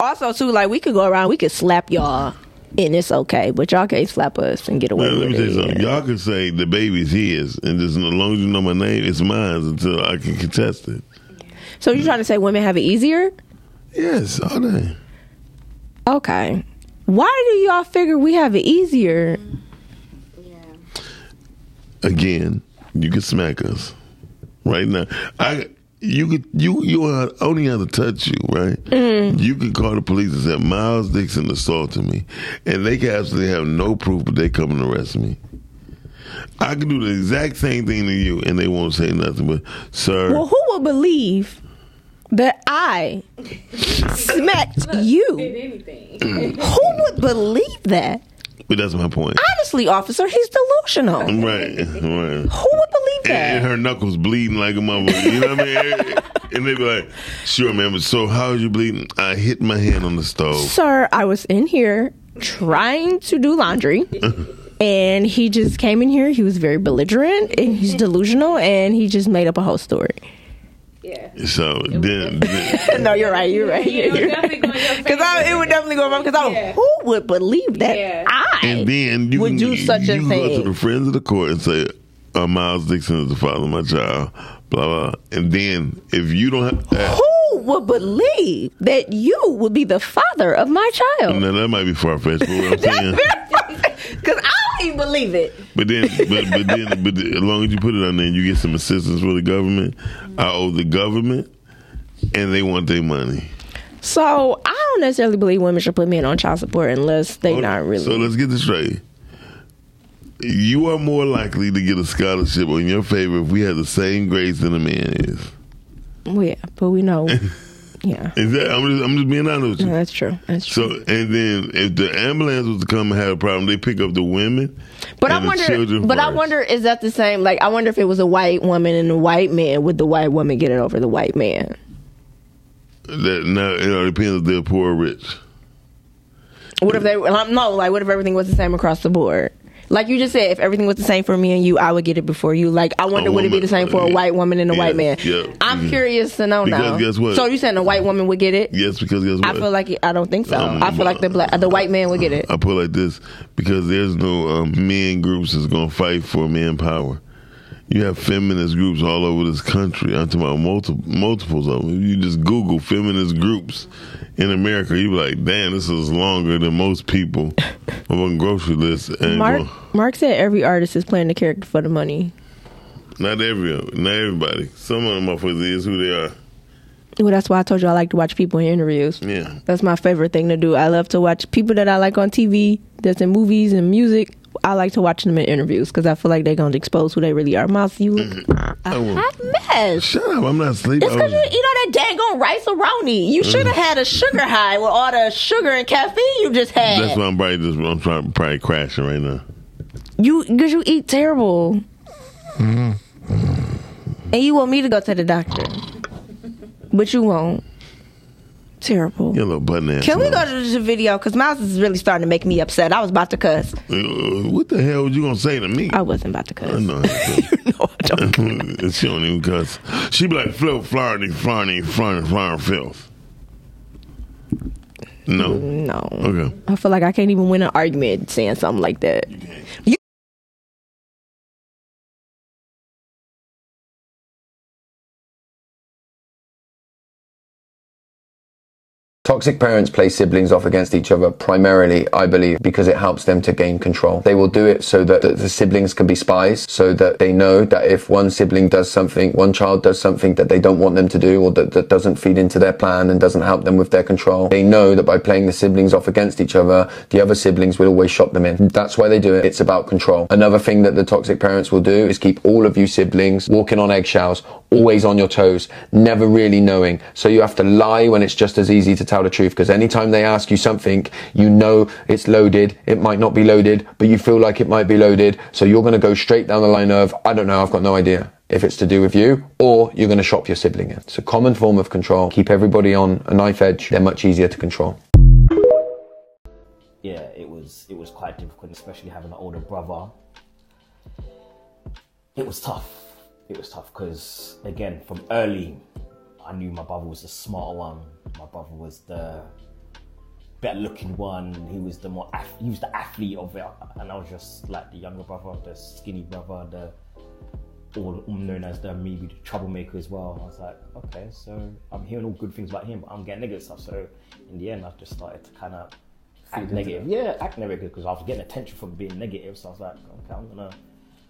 S7: Also, too, like we could go around, we could slap y'all, and it's okay, but y'all can't slap us and get away
S6: Man, let
S7: with
S6: me tell you
S7: it.
S6: something. Y'all can say the baby's his, and just as long as you know my name, it's mine until I can contest it.
S7: So you trying to say women have it easier?
S6: Yes, all day.
S7: Okay. Why do y'all figure we have it easier?
S6: Again, you can smack us right now. I you could you you are only how to touch you right.
S7: Mm-hmm.
S6: You could call the police and say Miles Dixon assaulted me, and they can absolutely have no proof, but they come and arrest me. I could do the exact same thing to you, and they won't say nothing. But sir,
S7: Well, who would believe that I smacked you? *clears throat* Who would believe that?
S6: but that's my point.
S7: Honestly, officer, he's delusional.
S6: *laughs* Right, right.
S7: Who would believe
S6: And,
S7: that?
S6: and her knuckles bleeding like a mother. You know what
S7: *laughs*
S6: I mean? and they be like, "Sure, man. But so how is you bleeding? I hit my hand on the stove.
S7: Sir, I was in here trying to do
S6: *laughs*
S7: laundry. And he just came in here. He was very belligerent and he's delusional and he just made up a whole story. *laughs*
S6: so then, then
S7: no, you're right. You're right. *laughs* Because it would definitely go wrong. Because I, who would believe that I
S6: and then you
S7: would
S6: can,
S7: do such a
S6: you can Go to
S7: thing?
S6: the friends of the court and say, uh, "Miles Dixon is the father of my child." Blah blah. And then if you don't have uh, that,
S7: Who would believe that you would be the father of my child?
S6: now that might be far fetched, but what
S7: *laughs*
S6: I'm saying.
S7: Because I don't even believe it.
S6: But then, but but then, but as long as you put it on there, and you get some assistance from the government. I owe the government, and they want their money.
S7: So I don't necessarily believe women should put men on child support unless they not really.
S6: So let's get this straight. You are more likely to get a scholarship on your favor if we had the same grades than a man is.
S7: Well, yeah, but we
S6: *laughs*
S7: know. yeah,
S6: Is that I'm just I'm just being honest with you.
S7: No, that's true. That's
S6: true. So and then if the ambulance was to come and have a problem, they pick up the women.
S7: but
S6: and
S7: I
S6: the
S7: wonder.
S6: children
S7: But I
S6: first.
S7: wonder is that the same? Like I wonder if it was a white woman and a white man, would the white woman get it over the white man?
S6: that now it all depends if they're poor or rich.
S7: What if they? well, I'm- No, like what if everything was the same across the board? Like you just said, if everything was the same for me and you, I would get it before you. Like I wonder, would it be the same for a white woman and a white man?
S6: Yeah.
S7: I'm
S6: Mhm.
S7: curious to know
S6: Because
S7: now.
S6: guess what?
S7: So you saying a white woman would get it?
S6: Yes, because guess
S7: I
S6: what?
S7: feel like it- I don't think so.
S6: Um,
S7: I feel like the black, the white man would get it.
S6: I put it like this because there's no um, men groups that's gonna fight for man power. You have feminist groups all over this country. I'm talking about multiple multiples of them. You just Google feminist groups in America. You be like, damn, this is longer than
S7: *laughs*
S6: most people on grocery lists. And
S7: Mark Mark said every artist is playing the character for the money.
S6: not every, not everybody. Some of them motherfuckers is who they are.
S7: Well, that's why I told you I like to watch people in interviews.
S6: Yeah.
S7: That's my favorite thing to do. I love to watch people that I like on TV, that's in movies and music. I like to watch them in interviews because I feel like they're gonna expose who they really are. Mouse, you look a
S6: Mm-hmm. I will-
S7: hot mess.
S6: Shut up! I'm not sleeping.
S7: It's because you eat all that daggone rice aroni.
S6: Mm-hmm.
S7: You should have had a sugar high with all the sugar and caffeine you just had.
S6: That's why I'm probably just I'm trying, probably crashing right now.
S7: You because you eat terrible,
S6: Mm-hmm.
S7: and you want me to go to the doctor, but you won't. Terrible.
S6: Your little button ass.
S7: Can we go to the video? Because Miles is really starting to make me upset. I was about to cuss.
S6: Uh, What the hell were you gonna say to me? I
S7: wasn't about to cuss. *laughs*
S6: I know. no, I don't. *laughs* she don't even cuss. She be like, "Flip, Florida, Florida, Florida, Florida, filth." No.
S7: No.
S6: Okay.
S7: I feel like I can't even win an argument saying something like that. You
S20: Toxic parents play siblings off against each other primarily, I believe, because it helps them to gain control. They will do it so that that the siblings can be spies, so that they know that if one sibling does something, one child does something that they don't want them to do or that, that doesn't feed into their plan and doesn't help them with their control, they know that by playing the siblings off against each other, the other siblings will always shop them in. That's why they do it. It's about control. Another thing that the toxic parents will do is keep all of you siblings walking on eggshells, always on your toes, never really knowing. So you have to lie when it's just as easy to tell the truth because anytime they ask you something, you know it's loaded. It might not be loaded, but you feel like it might be loaded. So you're going to go straight down the line of, I don't know, I've got no idea if it's to do with you, or you're going to shop your sibling in. It's a common form of control. Keep everybody on a knife edge. They're much easier to control.
S21: yeah, it was it was quite difficult, especially having an older brother. It was tough. It was tough because again, from early, I knew my brother was the smarter one. My brother was the better looking one. He was the more ath- he was the athlete of it, and I was just like the younger brother, the skinny brother, the all known as the maybe the troublemaker as well. I was like, okay, so I'm hearing all good things about him, but I'm getting negative stuff. So in the end, I just started to kind of
S22: Feed
S21: act
S22: into
S21: negative. Yeah, act negative because I was getting attention from being negative. So I was like, okay, I'm gonna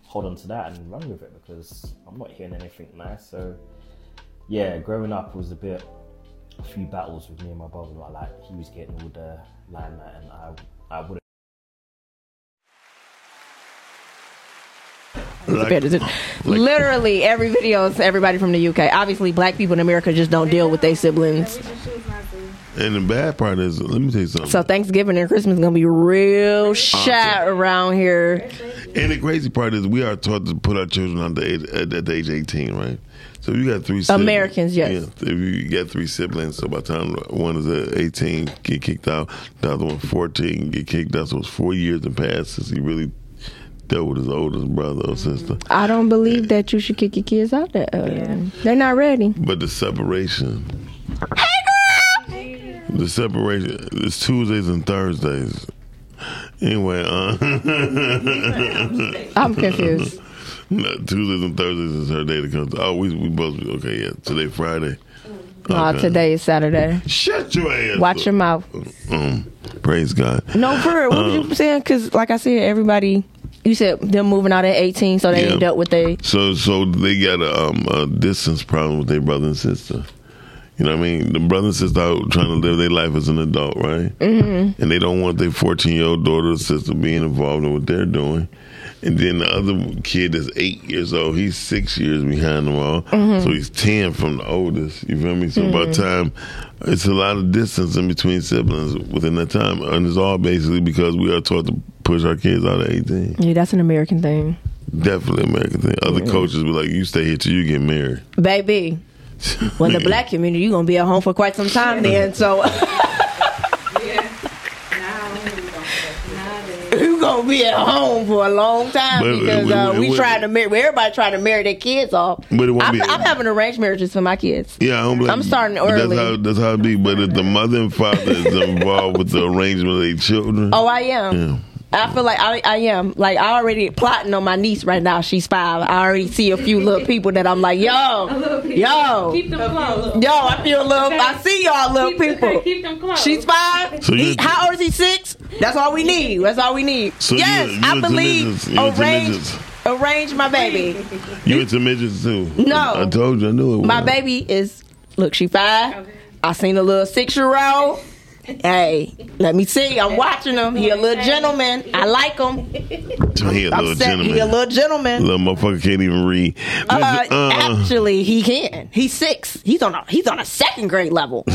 S21: hold on to that and run with it because I'm not hearing anything nice. So yeah, growing up was a bit a few battles with me and my brother. Like, like he was getting all the limelight and I I wouldn't.
S7: Literally every video is everybody from the UK. Obviously, black people in America just don't deal with their siblings.
S6: And the bad part is, let me tell you something.
S7: So Thanksgiving and Christmas is gonna be real
S6: Uh,
S7: shat around here.
S6: And the crazy part is, we are taught to put our children under age, at, at the age eighteen, right? So you got three siblings.
S7: Americans, yes.
S6: Yeah, if you got three siblings, so by the time one is uh, eighteen, get kicked out, the other one fourteen, get kicked out. So it's four years and passed since he really dealt with his oldest brother or sister.
S5: I don't believe that you should kick your kids out that early. They're not ready.
S6: But the separation. The separation. It's Tuesdays and Thursdays. Anyway, uh, *laughs*
S5: I'm confused.
S6: No, Tuesdays and Thursdays is her day to come. Oh, we we both okay. Yeah, today Friday.
S5: No,
S6: Okay.
S5: today is Saturday.
S6: Shut your ass.
S7: Watch your mouth.
S6: Um, praise God. Um,
S7: No, for real, what was you saying? Because like I said, everybody. You said them moving out at 18, so they
S6: Yeah.
S7: dealt with they.
S6: So so they got a, um, a distance problem with their brother and sister. You know what I mean? The brother and sister out trying to live their life as an adult, right?
S7: Mm-hmm.
S23: Mhm.
S6: And they don't want their fourteen year old daughter or sister being involved in what they're doing. And then the other kid is eight years old. He's six years behind them all,
S23: Mhm.
S7: Mm-hmm.
S6: so he's ten from the oldest. You feel me? So by the
S23: Mhm.
S6: time it's a lot of distance in between siblings within that time, and it's all basically because we are taught to push our kids out at eighteen.
S7: Yeah, that's an American thing.
S6: Definitely American thing. Other coaches be like, "You stay here till you get married."
S7: Baby, when
S6: *laughs*
S7: the black community, you're going to be at home for quite some time then, so. *laughs* you gonna be at home for a long time
S6: But it-
S7: because
S6: it-
S7: uh,
S6: it- it
S7: we
S6: wouldn't-
S7: tried to marry. well, Everybody tried to marry their kids off.
S6: But it won't
S7: I'm,
S6: be-
S7: I'm having arranged marriages for my kids.
S6: Yeah, I don't blame
S7: I'm
S6: you.
S7: starting
S6: But
S7: early.
S6: That's how, that's how it be. But if the mother and father is involved with the arrangement of their children,
S7: Oh, I am.
S6: Yeah.
S7: I feel like I, I am. Like I already plotting on my niece right now. She's five. I already see a few little people that I'm like, yo, yo,
S4: Keep them close.
S7: Yo, I feel a little. I see y'all little people.
S4: keep them close.
S7: She's five.
S6: So
S7: he,
S6: you're-
S7: how old is he? Six. That's all we need. That's all we need.
S6: So
S7: yes,
S6: you're-
S7: I
S6: you're
S7: believe
S6: religious. You're
S7: arrange,
S6: religious.
S7: arrange my baby.
S6: you into midgets too.
S7: No.
S6: I told you, I knew it.
S7: My
S6: was.
S7: baby is look. She five. I seen a little six year old. Hey, let me see. I'm watching him. He a little gentleman. I like him.
S6: He a
S7: I'm
S6: little
S7: saying
S6: gentleman.
S7: He a little gentleman.
S6: Little motherfucker can't even read. This-
S7: Uh,
S6: uh,
S7: actually, he can. He's six. He's on a he's on a second grade level,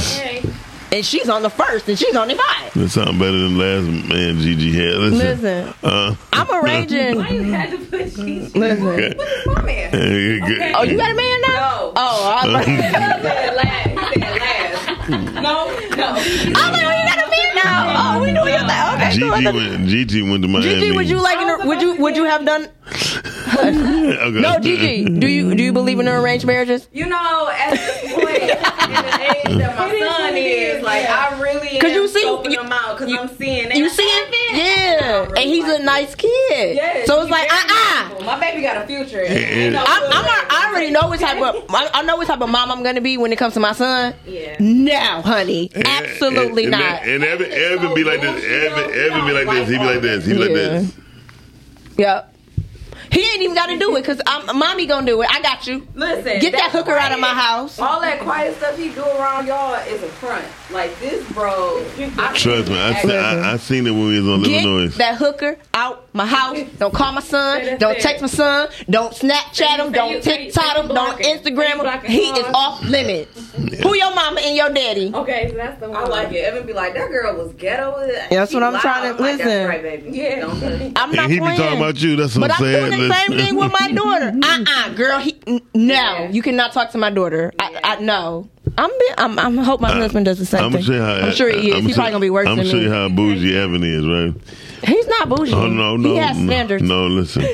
S7: and she's on the first, and she's only five.
S6: that sound better than last man Gigi had. Listen,
S7: Listen.
S6: Uh,
S7: I'm
S6: *laughs*
S7: arranging. Listen. Mm-hmm. Oh, you got a man now? No.
S8: *laughs*
S7: Oh, I
S6: *laughs*
S7: was like,
S4: No, no.
S7: I'm like, oh, you got a man now? Oh, we knew you. Like, okay, cool.
S6: Gigi went. Gigi went to Miami.
S7: Gigi, would you like? An, would you? Would you have done?
S6: *laughs* Okay.
S7: No, Gigi. Do you? Do you believe in arranged marriages?
S8: You know, at this point, in the age that my
S4: It is what
S8: son
S4: it
S8: is,
S4: is,
S8: like,
S4: yeah.
S8: I really
S7: Cause
S8: am
S7: you see-
S8: scoping them out because I'm seeing
S7: You
S8: *laughs*
S7: see it? Yeah. And he's a nice kid.
S8: Yes,
S7: so it's
S8: he's
S7: like,
S8: very
S7: uh uh
S8: beautiful. My baby got a future.
S6: Yeah.
S7: I'm, I'm, al- I already already know what type of I, I know what type of mom I'm gonna be when it comes to my son. Yeah. No, honey,
S6: And-
S7: absolutely
S6: and,
S7: not.
S6: And, and Evan, Evan be like this. Evan, Evan be like this. He be like this. He be like this.
S7: Yep. He ain't even got to do it because mommy gonna do it. I got you.
S9: Listen,
S7: get that hooker out of my
S9: quiet-
S7: house.
S9: All that quiet stuff he do around y'all is a front. Like this, bro. I-
S6: Trust me, I, se- I, I seen it when we was on
S7: Get
S6: Illinois.
S7: that hooker out my house. Don't call my son. Don't text my son. Don't Snapchat him. Don't TikTok him. Don't Instagram him. He is off limits. Who your mama and your daddy?
S9: Okay, so that's the one. I like it. Evan be like, that girl was ghetto.
S7: That's
S9: She
S7: what I'm
S9: loud.
S7: trying to-
S9: I'm like, that's
S7: listen.
S9: right, baby. Yeah. Don't-
S7: I'm not
S6: And he be
S7: playing.
S6: talking about you. That's what
S7: but
S6: I'm
S7: I'm
S6: saying.
S7: doing the same
S6: Listen.
S7: thing with my
S6: *laughs*
S7: daughter. Uh uh girl. He, n- no, you cannot talk to my daughter. I, I know. I'm, been, I'm. I'm. Hope my husband does the same
S6: I'm
S7: thing.
S6: sure Uh, how
S7: I'm sure he is.
S6: I'm
S7: He's probably gonna be worse
S6: I'm
S7: than
S6: sure
S7: me.
S6: how bougie Evan is, right?
S7: He's not bougie.
S6: Oh no, no,
S7: He has
S6: no,
S7: standards.
S6: No, listen.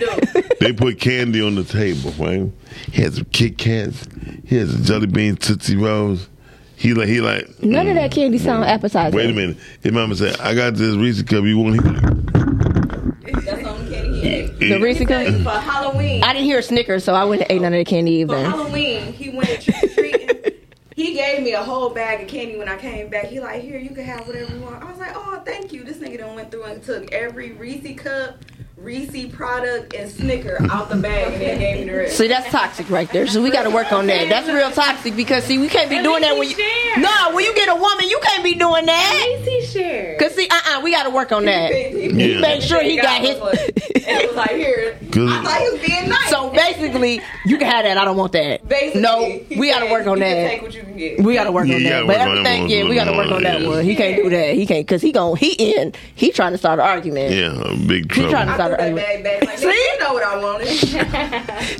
S7: *laughs*
S6: they put candy on the table, right? He has some Kit Kats. He has some jelly bean tootsie rolls. He like he like.
S5: None of that candy sound appetizing.
S6: Mm. Wait a minute. His mama said, "I got this Reese cup. You want?" it?"
S7: The Reese cup
S9: For Halloween.
S7: I didn't hear a snicker, so I wouldn't have ate none of the candy
S9: For
S7: either.
S9: Halloween, he went trick or treating. he gave me a whole bag of candy when I came back. He like, here, you can have whatever you want. I was like, oh, thank you. This nigga done went through and took every Reese cup, Reese product, and Snicker out the bag and then gave me the rest.
S7: See, that's toxic right there. So we got to work on that. That's real toxic because see, we can't be
S9: At
S7: doing
S9: least
S7: that
S9: he
S7: when you
S9: shared.
S7: no, when you get a woman, you can't be doing that.
S9: At least he shared.
S7: Cause see, uh, uh we got to work on that.
S6: Yeah.
S7: He made sure he got his. *laughs*
S9: It was like here. I thought he was being nice.
S7: So basically, you can have that. I don't want that.
S9: Basically,
S7: no, we got to work on
S9: *laughs* you can
S7: that.
S9: take what you can get.
S7: We got to work
S6: Yeah,
S7: on
S6: you
S7: that.
S6: gotta
S7: But
S6: work on that
S7: everything,
S6: one.
S7: yeah, we got to work on that
S6: Yeah.
S7: one. He can't do that. He can't, cause he gon' he in. He trying to start an argument.
S6: Yeah, big
S7: He trying to
S6: trouble.
S7: start an argument.
S9: Bag, bag, like, See, you know what I wanted.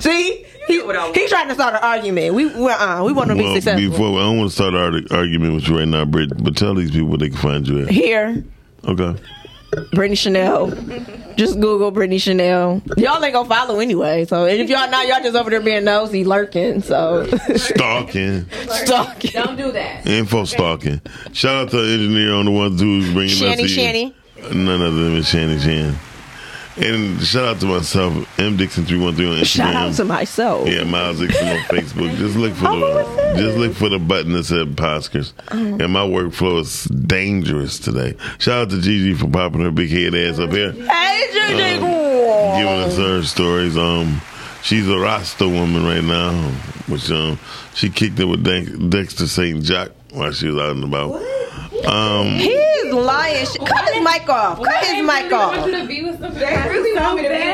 S7: *laughs* See, he, he trying to start an argument. We we, uh, we want to be
S6: Well,
S7: successful
S6: before I don't want to start an arg- argument with you right now, Britt, but tell these people they can find you at.
S7: here.
S6: Okay.
S7: Brittany Chanel. Just Google Brittany Chanel. Y'all ain't gonna follow anyway. So and if y'all not, y'all just over there being nosy, lurking. So
S6: Stalking.
S7: stalking.
S9: Don't do that.
S6: Info stalking. Shout out to the engineer on the ones who's bringing us
S7: Shanny
S6: the-
S7: Shanny.
S6: None other than Shanny Shan. And shout out to myself, M Dixon three one three on Instagram.
S7: Shout out to Oh, myself.
S6: Yeah, Miles Dixon on Facebook. Just look for the just look for the button that said Poskers.
S7: Oh.
S6: And my workflow is dangerous today. Shout out to Gigi for popping her big head ass up here.
S7: Hey, Gigi.
S6: giving Uh, us her stories. Um, she's a Rasta woman right now, which um, she kicked it with Dan- Dexter St. Jock while she was out and about. Um,
S7: He is lying. Sh- Cut his mic off. Cut his mic off.
S9: They really want me to be with somebody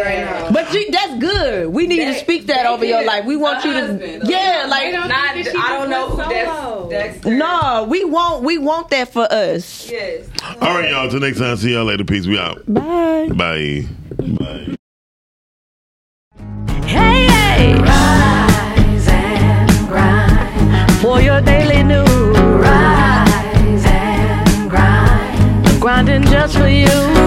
S9: right now.
S7: But you, that's good. We need to speak that over your life. We want you to, yeah, like
S9: not, I don't know who that's, that's
S7: no, we want we want that for us.
S9: Yes.
S6: all right, y'all. Till next time. See y'all later. Peace. We out.
S7: Bye.
S6: Bye. Bye.
S4: Hey, hey. Rise and grind for your daily news. Rise and grind.
S7: Grinding just for you.